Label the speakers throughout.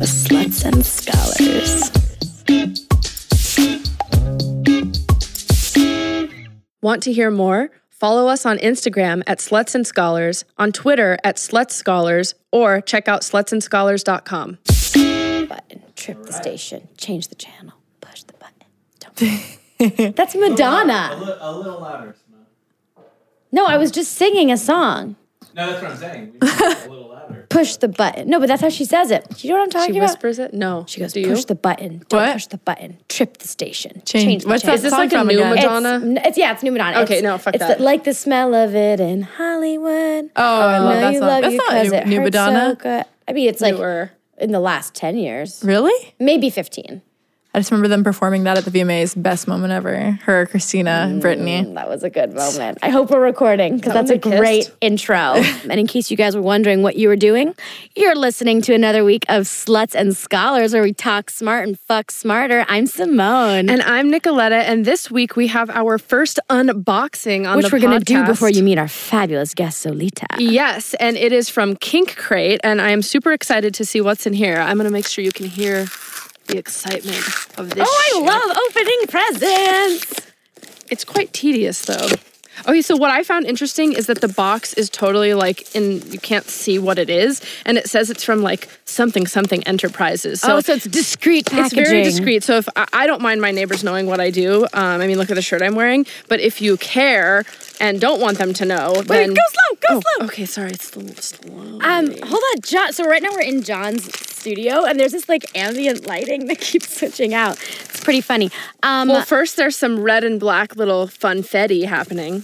Speaker 1: Sluts and Scholars.
Speaker 2: Want to hear more? Follow us on Instagram at Sluts and Scholars, on Twitter at Sluts Scholars, or check out slutsandscholars.com.
Speaker 1: Button, trip the station, change the channel, push the button. Don't- That's
Speaker 3: A,
Speaker 1: Madonna.
Speaker 3: li- a little louder, Simone.
Speaker 1: No, I was just singing a song.
Speaker 3: No, that's what I'm saying. We should do a little louder.
Speaker 1: Push the button. No, but that's how she says it. Do you know what I'm talking
Speaker 2: She
Speaker 1: about?
Speaker 2: whispers it? No.
Speaker 1: She goes,
Speaker 2: Do you?
Speaker 1: push the button. Don't
Speaker 4: What?
Speaker 1: push the button. Trip the station. Change,
Speaker 4: Change-
Speaker 1: the
Speaker 4: what's
Speaker 1: channel.
Speaker 4: that
Speaker 2: Is this
Speaker 4: song
Speaker 2: like a
Speaker 4: from
Speaker 2: new
Speaker 4: again?
Speaker 1: It's-
Speaker 2: Madonna?
Speaker 1: n- It's, yeah, it's new Madonna.
Speaker 2: Okay,
Speaker 1: It's-
Speaker 2: no, fuck
Speaker 1: it's
Speaker 2: that.
Speaker 1: the- like the smell of it in Hollywood.
Speaker 4: Oh, I love
Speaker 1: know
Speaker 4: that
Speaker 1: you
Speaker 4: song.
Speaker 1: love
Speaker 4: That's
Speaker 1: you
Speaker 4: not
Speaker 1: 'cause
Speaker 4: new-
Speaker 1: it
Speaker 4: new
Speaker 1: hurts
Speaker 4: Madonna.
Speaker 1: so good. I mean, it's like
Speaker 2: Newer.
Speaker 1: in the last ten years,
Speaker 4: Really?
Speaker 1: maybe fifteen.
Speaker 4: I just remember them performing that at the VMAs. Best moment ever. Her, Christina,
Speaker 1: Mm.
Speaker 4: Brittany.
Speaker 1: That was a good moment. I hope we're recording because that's a
Speaker 2: when they
Speaker 1: great intro. and in case you guys were wondering what you were doing, you're listening to another week of Sluts and Scholars, where we talk smart and fuck smarter. I'm Simone,
Speaker 2: And I'm Nicoletta, and this week we have our first unboxing on
Speaker 1: which
Speaker 2: the
Speaker 1: we're gonna do
Speaker 2: podcast.
Speaker 1: before you meet our fabulous guest Solita.
Speaker 2: Yes, and it is from Kink Crate, and I am super excited to see what's in here. I'm gonna make sure you can hear the excitement of this.
Speaker 1: Oh, I
Speaker 2: shit.
Speaker 1: love opening presents.
Speaker 2: It's quite tedious though. Okay, so what I found interesting is that the box is totally like in you can't see what it is, and it says it's from like something something enterprises. So
Speaker 1: oh, so it's discreet packaging.
Speaker 2: It's very discreet. So if I, I don't mind my neighbors knowing what I do, um, I mean, look at the shirt I'm wearing. But if you care and don't want them to know,
Speaker 1: Wait,
Speaker 2: then
Speaker 1: go slow, go
Speaker 2: Oh,
Speaker 1: slow.
Speaker 2: Okay, sorry, it's a little slow.
Speaker 1: Um, hold on, John. So right now we're in John's studio, and there's this like ambient lighting that keeps switching out. It's pretty funny. Um,
Speaker 2: well, first there's some red and black little funfetti happening.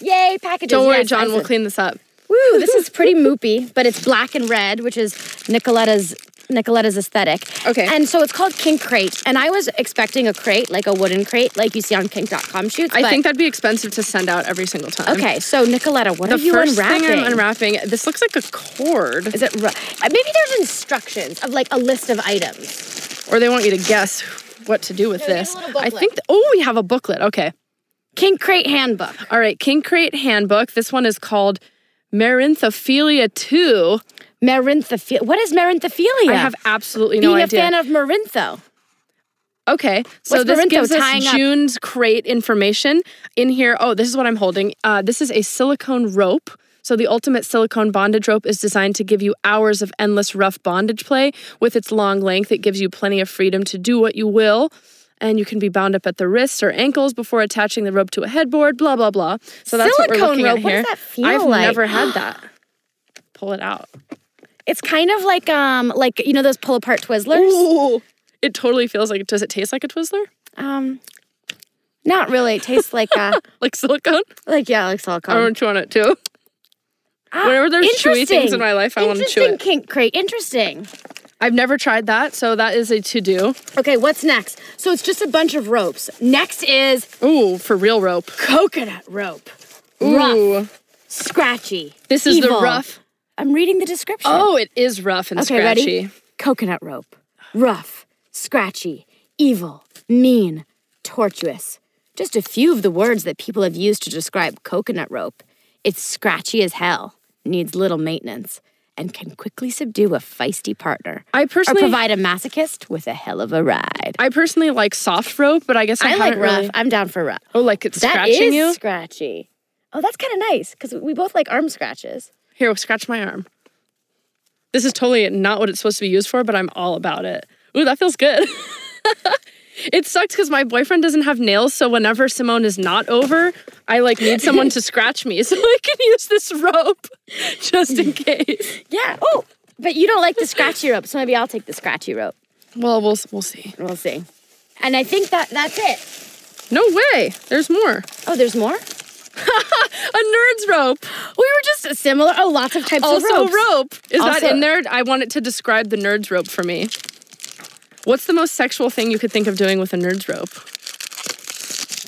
Speaker 1: yay packages!
Speaker 2: Don't worry,
Speaker 1: Yes, I
Speaker 2: John. We'll
Speaker 1: said-
Speaker 2: clean this up.
Speaker 1: Woo! This is pretty moopy, but it's black and red, which is Nicoletta's Nicoletta's aesthetic.
Speaker 2: Okay.
Speaker 1: And so it's called Kink Crate, and I was expecting a crate like a wooden crate, like you see on Kink.com shoots.
Speaker 2: I
Speaker 1: but-
Speaker 2: think that'd be expensive to send out every single time.
Speaker 1: Okay, so Nicoletta, what
Speaker 2: The
Speaker 1: are you
Speaker 2: first
Speaker 1: unwrapping?
Speaker 2: thing I'm unwrapping, this looks like a cord,
Speaker 1: Is it ru- uh, maybe there's instructions of like a list of items?
Speaker 2: or they want you to guess what to do with
Speaker 1: we need a
Speaker 2: this.
Speaker 1: little
Speaker 2: I
Speaker 1: booklet.
Speaker 2: think. th- oh, we have a booklet. Okay.
Speaker 1: Kink Crate handbook.
Speaker 2: All right, King Crate Handbook. This one is called Merenthophilia 2.
Speaker 1: Merenthophilia. What is merenthophilia?
Speaker 2: I have absolutely no
Speaker 1: being
Speaker 2: idea.
Speaker 1: a fan of merintho.
Speaker 2: okay, so
Speaker 1: What's
Speaker 2: this
Speaker 1: Merintho
Speaker 2: gives
Speaker 1: tying
Speaker 2: us
Speaker 1: up?
Speaker 2: June's crate information in here. Oh, this is what I'm holding. Uh, this is a silicone rope. So the ultimate silicone bondage rope is designed to give you hours of endless rough bondage play. With its long length, it gives you plenty of freedom to do what you will. And you can be bound up at the wrists or ankles before attaching the rope to a headboard, blah, blah, blah. So that's what we're
Speaker 1: Silicone
Speaker 2: looking at
Speaker 1: rope, what
Speaker 2: here.
Speaker 1: does that feel
Speaker 2: I've
Speaker 1: like?
Speaker 2: never had that. Pull it out.
Speaker 1: It's kind of like um like you know those pull apart Twizzlers.
Speaker 2: Ooh, it totally feels like. Does it taste like a Twizzler?
Speaker 1: Um, not really. It tastes like uh
Speaker 2: Like silicone?
Speaker 1: like yeah like
Speaker 2: I
Speaker 1: silicone.
Speaker 2: want to chew on it too. Whenever Oh, there's chewy things in my life, I want to chew
Speaker 1: Interesting
Speaker 2: it.
Speaker 1: kink crate. Interesting.
Speaker 2: I've never tried that, so that is a to do.
Speaker 1: Okay, what's next? So it's just a bunch of ropes. Next is
Speaker 2: Ooh, for real rope.
Speaker 1: coconut rope. Rough,
Speaker 2: Ooh,
Speaker 1: scratchy.
Speaker 2: this is
Speaker 1: evil.
Speaker 2: the rough.
Speaker 1: I'm reading the description.
Speaker 2: Oh, it is rough and
Speaker 1: Okay,
Speaker 2: scratchy.
Speaker 1: ready? Coconut rope. Rough, scratchy, evil, mean, tortuous. Just a few of the words that people have used to describe coconut rope. It's scratchy as hell, needs little maintenance, and can quickly subdue a feisty partner.
Speaker 2: I
Speaker 1: or
Speaker 2: personally,
Speaker 1: provide a masochist with a hell of a ride.
Speaker 2: I personally like soft rope, but I guess
Speaker 1: I,
Speaker 2: I,
Speaker 1: like
Speaker 2: haven't
Speaker 1: rough.
Speaker 2: really-
Speaker 1: I'm down for rough.
Speaker 2: oh, like it's
Speaker 1: That
Speaker 2: scratching
Speaker 1: is
Speaker 2: you.
Speaker 1: scratchy. Oh, that's kind of nice because we both like arm scratches.
Speaker 2: Here, scratch my arm. This is totally not what it's supposed to be used for, but I'm all about it. Ooh, that feels good. it sucks because my boyfriend doesn't have nails, so whenever Simone is not over, I like need someone to scratch me so I can use this rope just in case.
Speaker 1: Yeah. Oh, but you don't like the scratchy rope, so maybe I'll take the scratchy rope.
Speaker 2: Well, we'll we'll see.
Speaker 1: We'll see. And I think that that's it.
Speaker 2: No way. There's more.
Speaker 1: Oh, there's more.
Speaker 2: A nerd's rope.
Speaker 1: We were just similar. Oh, lots of types
Speaker 2: Also
Speaker 1: of ropes.
Speaker 2: rope. Is
Speaker 1: Also-
Speaker 2: that in there? I want it to describe the nerd's rope for me. What's the most sexual thing you could think of doing with a nerd's rope?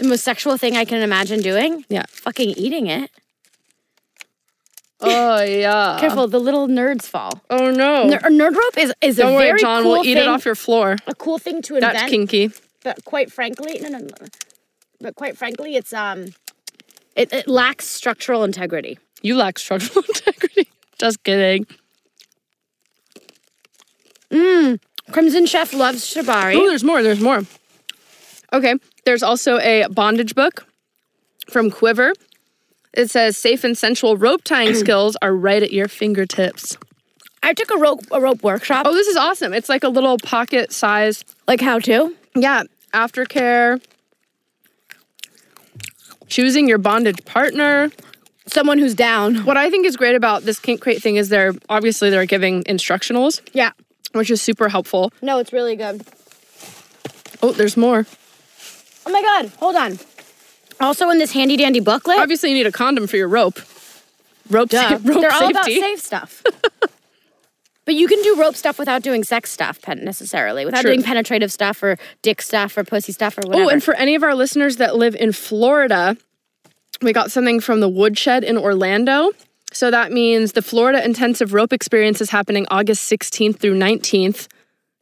Speaker 1: The most sexual thing I can imagine doing.
Speaker 2: Yeah.
Speaker 1: Fucking eating it.
Speaker 2: Oh yeah.
Speaker 1: Careful, the little nerds fall.
Speaker 2: Oh no.
Speaker 1: Ner- nerd rope is is a
Speaker 2: Don't
Speaker 1: very
Speaker 2: worry, John.
Speaker 1: cool
Speaker 2: we'll eat it
Speaker 1: thing-
Speaker 2: off your floor.
Speaker 1: a cool thing to invent.
Speaker 2: That's kinky.
Speaker 1: But quite frankly, no, no, no. no. But quite frankly, it's um, it, it lacks structural integrity.
Speaker 2: You lack structural integrity. Just kidding.
Speaker 1: Crimson Chef loves
Speaker 2: Oh,
Speaker 1: shibari.
Speaker 2: there's more. There's more. Okay. There's also a bondage book from Quiver. It says safe and sensual rope tying skills are right at your fingertips.
Speaker 1: I took a rope a rope workshop.
Speaker 2: Oh, this is awesome. It's like a little pocket size.
Speaker 1: Like how to?
Speaker 2: Yeah. Aftercare. Choosing your bondage partner.
Speaker 1: Someone who's down.
Speaker 2: What I think is great about this kink crate thing is they're obviously they're giving instructionals,
Speaker 1: Yeah.
Speaker 2: which is super helpful.
Speaker 1: No, it's really good.
Speaker 2: Oh, there's more.
Speaker 1: Oh my god, hold on. Also in this handy dandy booklet.
Speaker 2: Obviously, you need a condom for your rope. Rope,
Speaker 1: Duh.
Speaker 2: sa- rope
Speaker 1: They're
Speaker 2: safety.
Speaker 1: all about safe stuff. but you can do rope stuff without doing sex stuff pen- necessarily, without
Speaker 2: True.
Speaker 1: doing penetrative stuff or dick stuff or pussy stuff or whatever.
Speaker 2: Oh, and for any of our listeners that live in Florida, we got something from the Woodshed in Orlando. So that means the Florida Intensive Rope Experience is happening August 16th through 19th,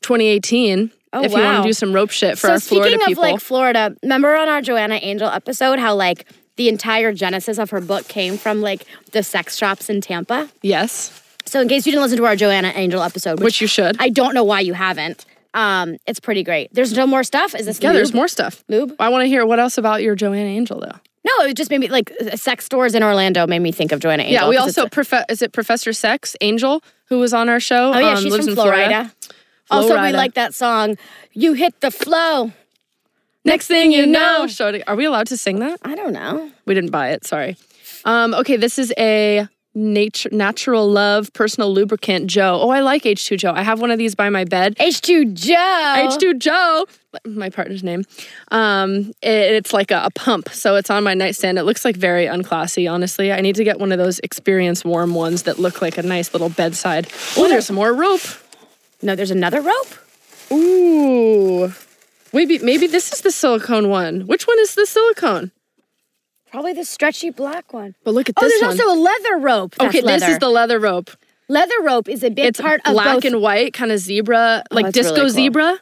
Speaker 2: 2018.
Speaker 1: Oh,
Speaker 2: if you want
Speaker 1: wow.
Speaker 2: to do some rope shit for
Speaker 1: so
Speaker 2: our Florida
Speaker 1: speaking
Speaker 2: people.
Speaker 1: of like Florida, remember on our Joanna Angel episode how like the entire genesis of her book came from like the sex shops in Tampa?
Speaker 2: yes,
Speaker 1: So in case you didn't listen to our Joanna Angel episode, which,
Speaker 2: which you should.
Speaker 1: I don't know why you haven't, um, it's pretty great. There's no more stuff. Is this
Speaker 2: yeah, there's
Speaker 1: lube?
Speaker 2: more stuff.
Speaker 1: Lube?
Speaker 2: I want to hear what else about your Joanna Angel, though.
Speaker 1: No, it just made me like uh, sex stores in Orlando made me think of Joanna Angel.
Speaker 2: yeah, we
Speaker 1: 'cause it's
Speaker 2: also,
Speaker 1: a-
Speaker 2: prof- is it Professor Sex Angel, who was on our show?
Speaker 1: Oh yeah,
Speaker 2: um,
Speaker 1: she's
Speaker 2: lives
Speaker 1: from
Speaker 2: in
Speaker 1: Florida. Also, we
Speaker 2: Florida.
Speaker 1: like that song. You hit the flow.
Speaker 2: Next thing you know, Shorty- are we allowed to sing that?
Speaker 1: I don't know.
Speaker 2: We didn't buy it. Sorry. Um, okay, this is a nature natural love personal lubricant Joe. Oh, I like H2 Joe. I have one of these by my bed.
Speaker 1: H2 Joe.
Speaker 2: H2 Joe, my partner's name. Um, it- it's like a, a pump, so it's on my nightstand. It looks like very unclassy, honestly. I need to get one of those experience warm ones that look like a nice little bedside. Oh, there's some more rope.
Speaker 1: No, there's another rope.
Speaker 2: Ooh, maybe maybe this is the silicone one. Which one is the silicone?
Speaker 1: Probably the stretchy black one.
Speaker 2: But look at
Speaker 1: Oh,
Speaker 2: this
Speaker 1: there's
Speaker 2: one.
Speaker 1: also a leather rope. That's
Speaker 2: okay, this is
Speaker 1: leather.
Speaker 2: the leather rope.
Speaker 1: leather rope is a big
Speaker 2: it's
Speaker 1: part of
Speaker 2: black
Speaker 1: both. Oh,
Speaker 2: and white, kind of zebra, like
Speaker 1: that's
Speaker 2: disco
Speaker 1: really cool.
Speaker 2: zebra.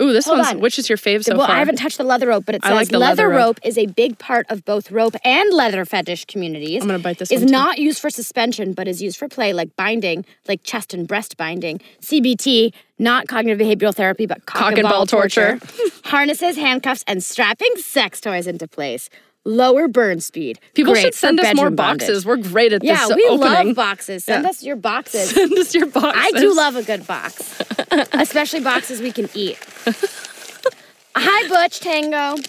Speaker 2: Ooh, this
Speaker 1: Hold
Speaker 2: one's
Speaker 1: on.
Speaker 2: which is your fave so
Speaker 1: well,
Speaker 2: far?
Speaker 1: I haven't touched the leather rope, but it
Speaker 2: I
Speaker 1: says
Speaker 2: like the leather
Speaker 1: leather,
Speaker 2: rope.
Speaker 1: rope. is a big part of both rope and leather fetish communities.
Speaker 2: I'm gonna bite this
Speaker 1: Is
Speaker 2: one, too.
Speaker 1: not used for suspension, but is used for play, like binding, like chest and breast binding. CBT, not cognitive behavioral therapy, but cock,
Speaker 2: Cock and ball torture.
Speaker 1: Harnesses, handcuffs, and strapping sex toys into place. Lower burn speed.
Speaker 2: People
Speaker 1: Great
Speaker 2: should
Speaker 1: for
Speaker 2: send us more
Speaker 1: bedroom bondage.
Speaker 2: boxes. We're great at
Speaker 1: Yeah,
Speaker 2: this
Speaker 1: we
Speaker 2: opening.
Speaker 1: love boxes. Send
Speaker 2: Yeah.
Speaker 1: us your boxes.
Speaker 2: send us your boxes.
Speaker 1: I do love a good box, especially boxes we can eat. Hi, Butch Tango.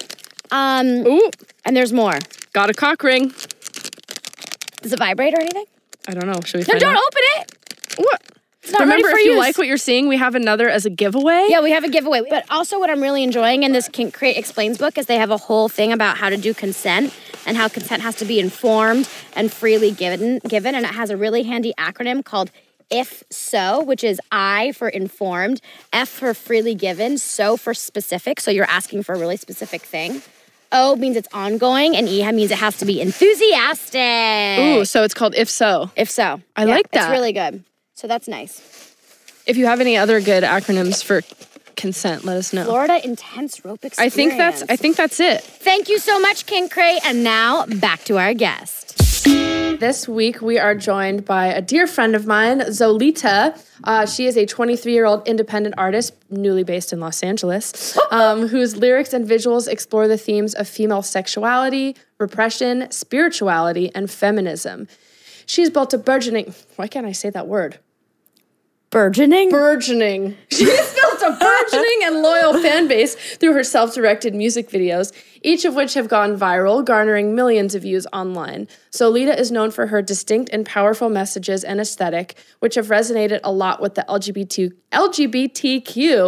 Speaker 1: Um,
Speaker 2: Ooh,
Speaker 1: and there's more.
Speaker 2: got a cock ring.
Speaker 1: Does it vibrate or anything?
Speaker 2: I don't know. Should we?
Speaker 1: No,
Speaker 2: find
Speaker 1: don't
Speaker 2: out?
Speaker 1: open it.
Speaker 2: What?
Speaker 1: It's not
Speaker 2: Remember,
Speaker 1: ready for
Speaker 2: if you
Speaker 1: use.
Speaker 2: like what you're seeing, we have another as a giveaway.
Speaker 1: yeah, we have a giveaway. But also, what I'm really enjoying in this Kink Crate Explains book is they have a whole thing about how to do consent and how consent has to be informed and freely given. Given, and it has a really handy acronym called "If So," which is I for informed, F for freely given, So for specific. So you're asking for a really specific thing. O means it's ongoing, and E means it has to be enthusiastic.
Speaker 2: Ooh, so it's called If So.
Speaker 1: If so,
Speaker 2: I like that.
Speaker 1: It's really good. So that's nice.
Speaker 2: If you have any other good acronyms for consent, let us know.
Speaker 1: Florida intense rope experience.
Speaker 2: I think that's I think that's it.
Speaker 1: Thank you so much, King Cray. And now back to our guest.
Speaker 2: This week, we are joined by a dear friend of mine, Zolita. Uh, she is a 23 year old independent artist, newly based in Los Angeles, um, whose lyrics and visuals explore the themes of female sexuality, repression, spirituality, and feminism. She's built a burgeoning, why can't I say that word?
Speaker 1: Burgeoning?
Speaker 2: burgeoning. She's built a burgeoning and loyal fan base through her self directed music videos, each of which have gone viral, garnering millions of views online. Solita is known for her distinct and powerful messages and aesthetic, which have resonated a lot with the LGBT, LGBTQ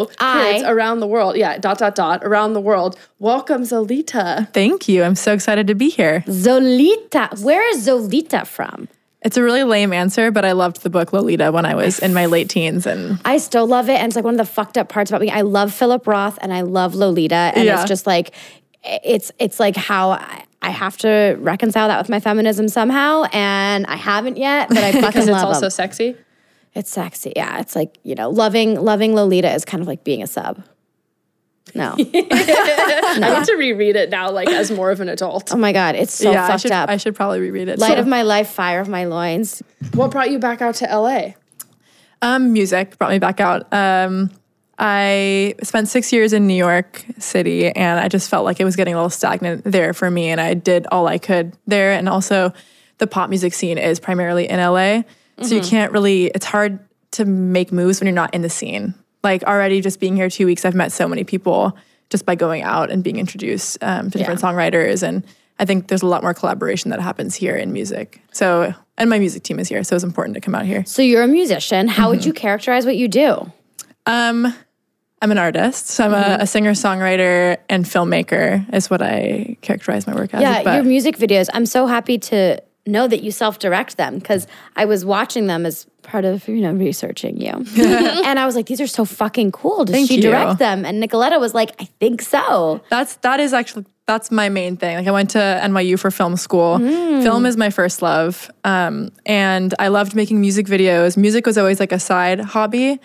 Speaker 2: kids
Speaker 1: I-
Speaker 2: around the world. Yeah, dot, dot, dot, around the world. Welcome, Zolita.
Speaker 4: Thank you. I'm so excited to be here.
Speaker 1: Zolita. Where is Zolita from?
Speaker 4: It's a really lame answer, but I loved the book Lolita when I was in my late teens and
Speaker 1: I still love it. And it's like one of the fucked up parts about me. I love Philip Roth and I love Lolita. And
Speaker 4: Yeah.
Speaker 1: it's just like, it's, it's like how I, I have to reconcile that with my feminism somehow. And I haven't yet, but I fucking
Speaker 2: Because it's
Speaker 1: love
Speaker 2: also
Speaker 1: them.
Speaker 2: sexy.
Speaker 1: It's sexy. Yeah. It's like, you know, loving, loving Lolita is kind of like being a sub. No.
Speaker 2: I need to reread it now, like as more of an adult.
Speaker 1: oh my God. It's so
Speaker 4: yeah, I
Speaker 1: fucked
Speaker 4: should,
Speaker 1: up.
Speaker 4: I should probably reread it.
Speaker 1: Light
Speaker 4: So,
Speaker 1: of my life, fire of my loins.
Speaker 2: What brought you back out to LA?
Speaker 4: Um, music brought me back out. Um, I spent six years in New York City, and I just felt like it was getting a little stagnant there for me. And I did all I could there, and also the pop music scene is primarily in LA, so you can't really. It's hard to make moves when you're not in the scene. Like already, just being here two weeks, I've met so many people just by going out and being introduced um, to different songwriters, and I think there's a lot more collaboration that happens here in music. So, and my music team is here, so it's important to come out here.
Speaker 1: So you're a musician. How would you
Speaker 4: Mm-hmm.
Speaker 1: characterize what you do?
Speaker 4: Um, I'm an artist, so I'm a, a singer, songwriter, and filmmaker is what I characterize my work as.
Speaker 1: Yeah,
Speaker 4: but
Speaker 1: your music videos. I'm so happy to know that you self-direct them because I was watching them as part of you know researching you, and I was like, these are so fucking cool. Does
Speaker 4: Thank
Speaker 1: she
Speaker 4: you.
Speaker 1: direct them? And Nicoletta was like, I think so.
Speaker 4: that's that is actually that's my main thing. Like I went to NYU for film school. Film is my first love, um, and I loved making music videos. Music was always like a side hobby.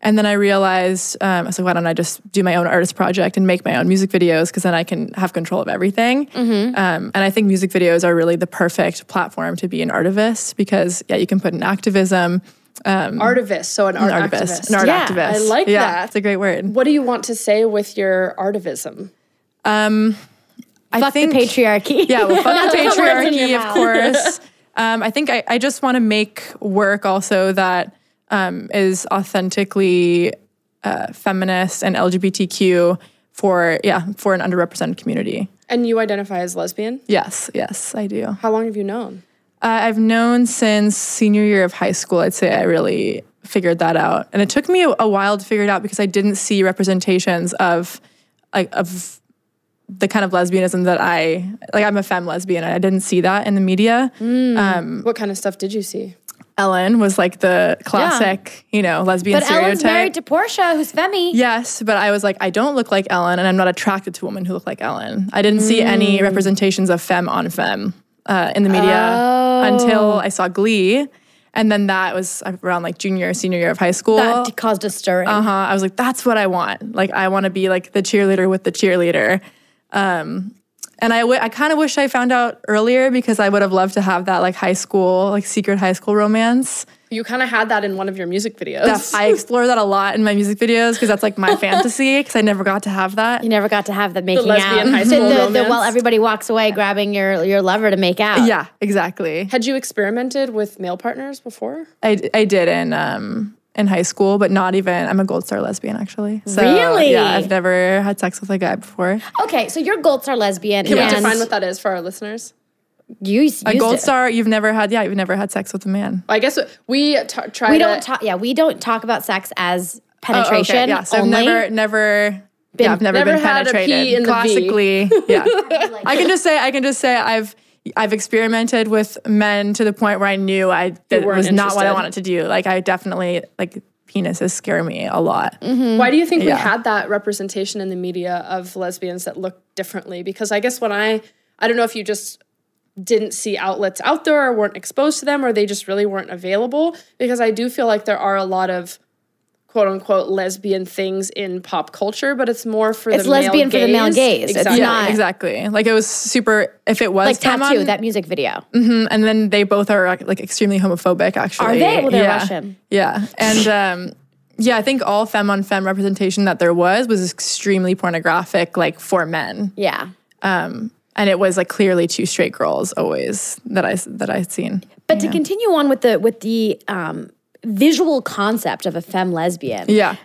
Speaker 4: And then I realized, um, I was like, why don't I just do my own artist project and make my own music videos? Because then I can have control of everything. Um, and I think music videos are really the perfect platform to be an artivist because, yeah, you can put in activism,
Speaker 2: Artivist, so an art
Speaker 4: an
Speaker 2: activist.
Speaker 4: artivist, an art
Speaker 1: Yeah,
Speaker 4: activist.
Speaker 2: I like
Speaker 4: yeah,
Speaker 2: that.
Speaker 4: It's a great word.
Speaker 2: What do you want to say with your artivism?
Speaker 4: I
Speaker 1: Fuck
Speaker 4: think
Speaker 1: the patriarchy.
Speaker 4: Yeah, well, fuck the
Speaker 1: Put words in your
Speaker 4: patriarchy, of
Speaker 1: mouth.
Speaker 4: course. Um, I think I, I just want to make work also that um, is authentically uh, feminist and LGBTQ for yeah for an underrepresented community.
Speaker 2: And you identify as lesbian?
Speaker 4: Yes, yes, I do. Uh,
Speaker 2: How long have you known?
Speaker 4: I've known since senior year of high school. I'd say I really figured that out, and it took me a, a while to figure it out because I didn't see representations of like of the kind of lesbianism that I like. I'm a femme lesbian, and I didn't see that in the media.
Speaker 1: Mm.
Speaker 2: What kind of stuff did you see?
Speaker 4: Ellen was like the classic, you know, lesbian
Speaker 1: But
Speaker 4: stereotype.
Speaker 1: Ellen's married to Portia, who's Femi.
Speaker 4: yes, but I was like, I don't look like Ellen, and I'm not attracted to women who look like Ellen. I didn't see any representations of femme on femme uh, in the media until I saw Glee, and then that was around like junior or senior year of high school.
Speaker 1: That Uh, caused a stirring.
Speaker 4: uh-huh. I was like, that's what I want. Like, I want to be like the cheerleader with the cheerleader. Um, and I, w- I kind of wish I found out earlier because I would have loved to have that like high school, like secret high school romance.
Speaker 2: You kind of had that in one of your music videos.
Speaker 4: Def- I explore that a lot in my music videos because that's like my fantasy because I never got to have that.
Speaker 1: You never got to have that making
Speaker 2: lesbian
Speaker 1: out.
Speaker 2: high school
Speaker 1: the,
Speaker 2: romance.
Speaker 1: while everybody walks away grabbing your, your lover to make out.
Speaker 4: Yeah, exactly.
Speaker 2: Had you experimented with male partners before?
Speaker 4: I, I did in um in high school, but not even. I'm a gold star lesbian actually. So,
Speaker 1: Really?
Speaker 4: Yeah, I've never had sex with a guy before.
Speaker 1: Okay, so your gold star lesbian.
Speaker 2: Can
Speaker 1: and
Speaker 2: we define what that is for our listeners?
Speaker 1: you used
Speaker 4: A gold
Speaker 1: it.
Speaker 4: star, you've never had. Yeah, you've never had sex with a man.
Speaker 2: I guess we t- try.
Speaker 1: We
Speaker 2: to-
Speaker 1: don't talk. Yeah, we don't talk about sex as
Speaker 4: Oh, okay,
Speaker 1: penetration.
Speaker 4: Yeah, so
Speaker 1: only.
Speaker 4: I've never never. yeah, I've never,
Speaker 2: Never
Speaker 4: been
Speaker 2: had a P
Speaker 4: penetrated.
Speaker 2: in the V.
Speaker 4: Classically, yeah. I can just say I can just say I've I've experimented with men to the point where I knew I that
Speaker 2: weren't
Speaker 4: was not what I
Speaker 2: interested.
Speaker 4: wanted to do. Like I definitely like penises scare me a lot.
Speaker 2: Why do you think
Speaker 4: Yeah.
Speaker 2: we had that representation in the media of lesbians that look differently? Because I guess when I, I don't know if you just didn't see outlets out there or weren't exposed to them or they just really weren't available. Because I do feel like there are a lot of quote unquote lesbian things in pop culture, but it's more for
Speaker 1: It's
Speaker 2: the male
Speaker 1: lesbian for the male gaze. It's
Speaker 2: Exactly.
Speaker 1: not-
Speaker 4: exactly. Like it was super. If it was
Speaker 1: like
Speaker 4: come
Speaker 1: tattoo
Speaker 4: on-
Speaker 1: that music video.
Speaker 4: and then they both are like extremely homophobic. Actually,
Speaker 1: Are they? Well, they're
Speaker 4: yeah.
Speaker 1: Russian.
Speaker 4: Yeah, and um, yeah, I think all femme on femme representation that there was was extremely pornographic, like for men.
Speaker 1: Yeah,
Speaker 4: and it was like clearly two straight girls always that I that I'd seen.
Speaker 1: but to continue on with the with the um, visual concept of a femme lesbian,
Speaker 4: Yeah,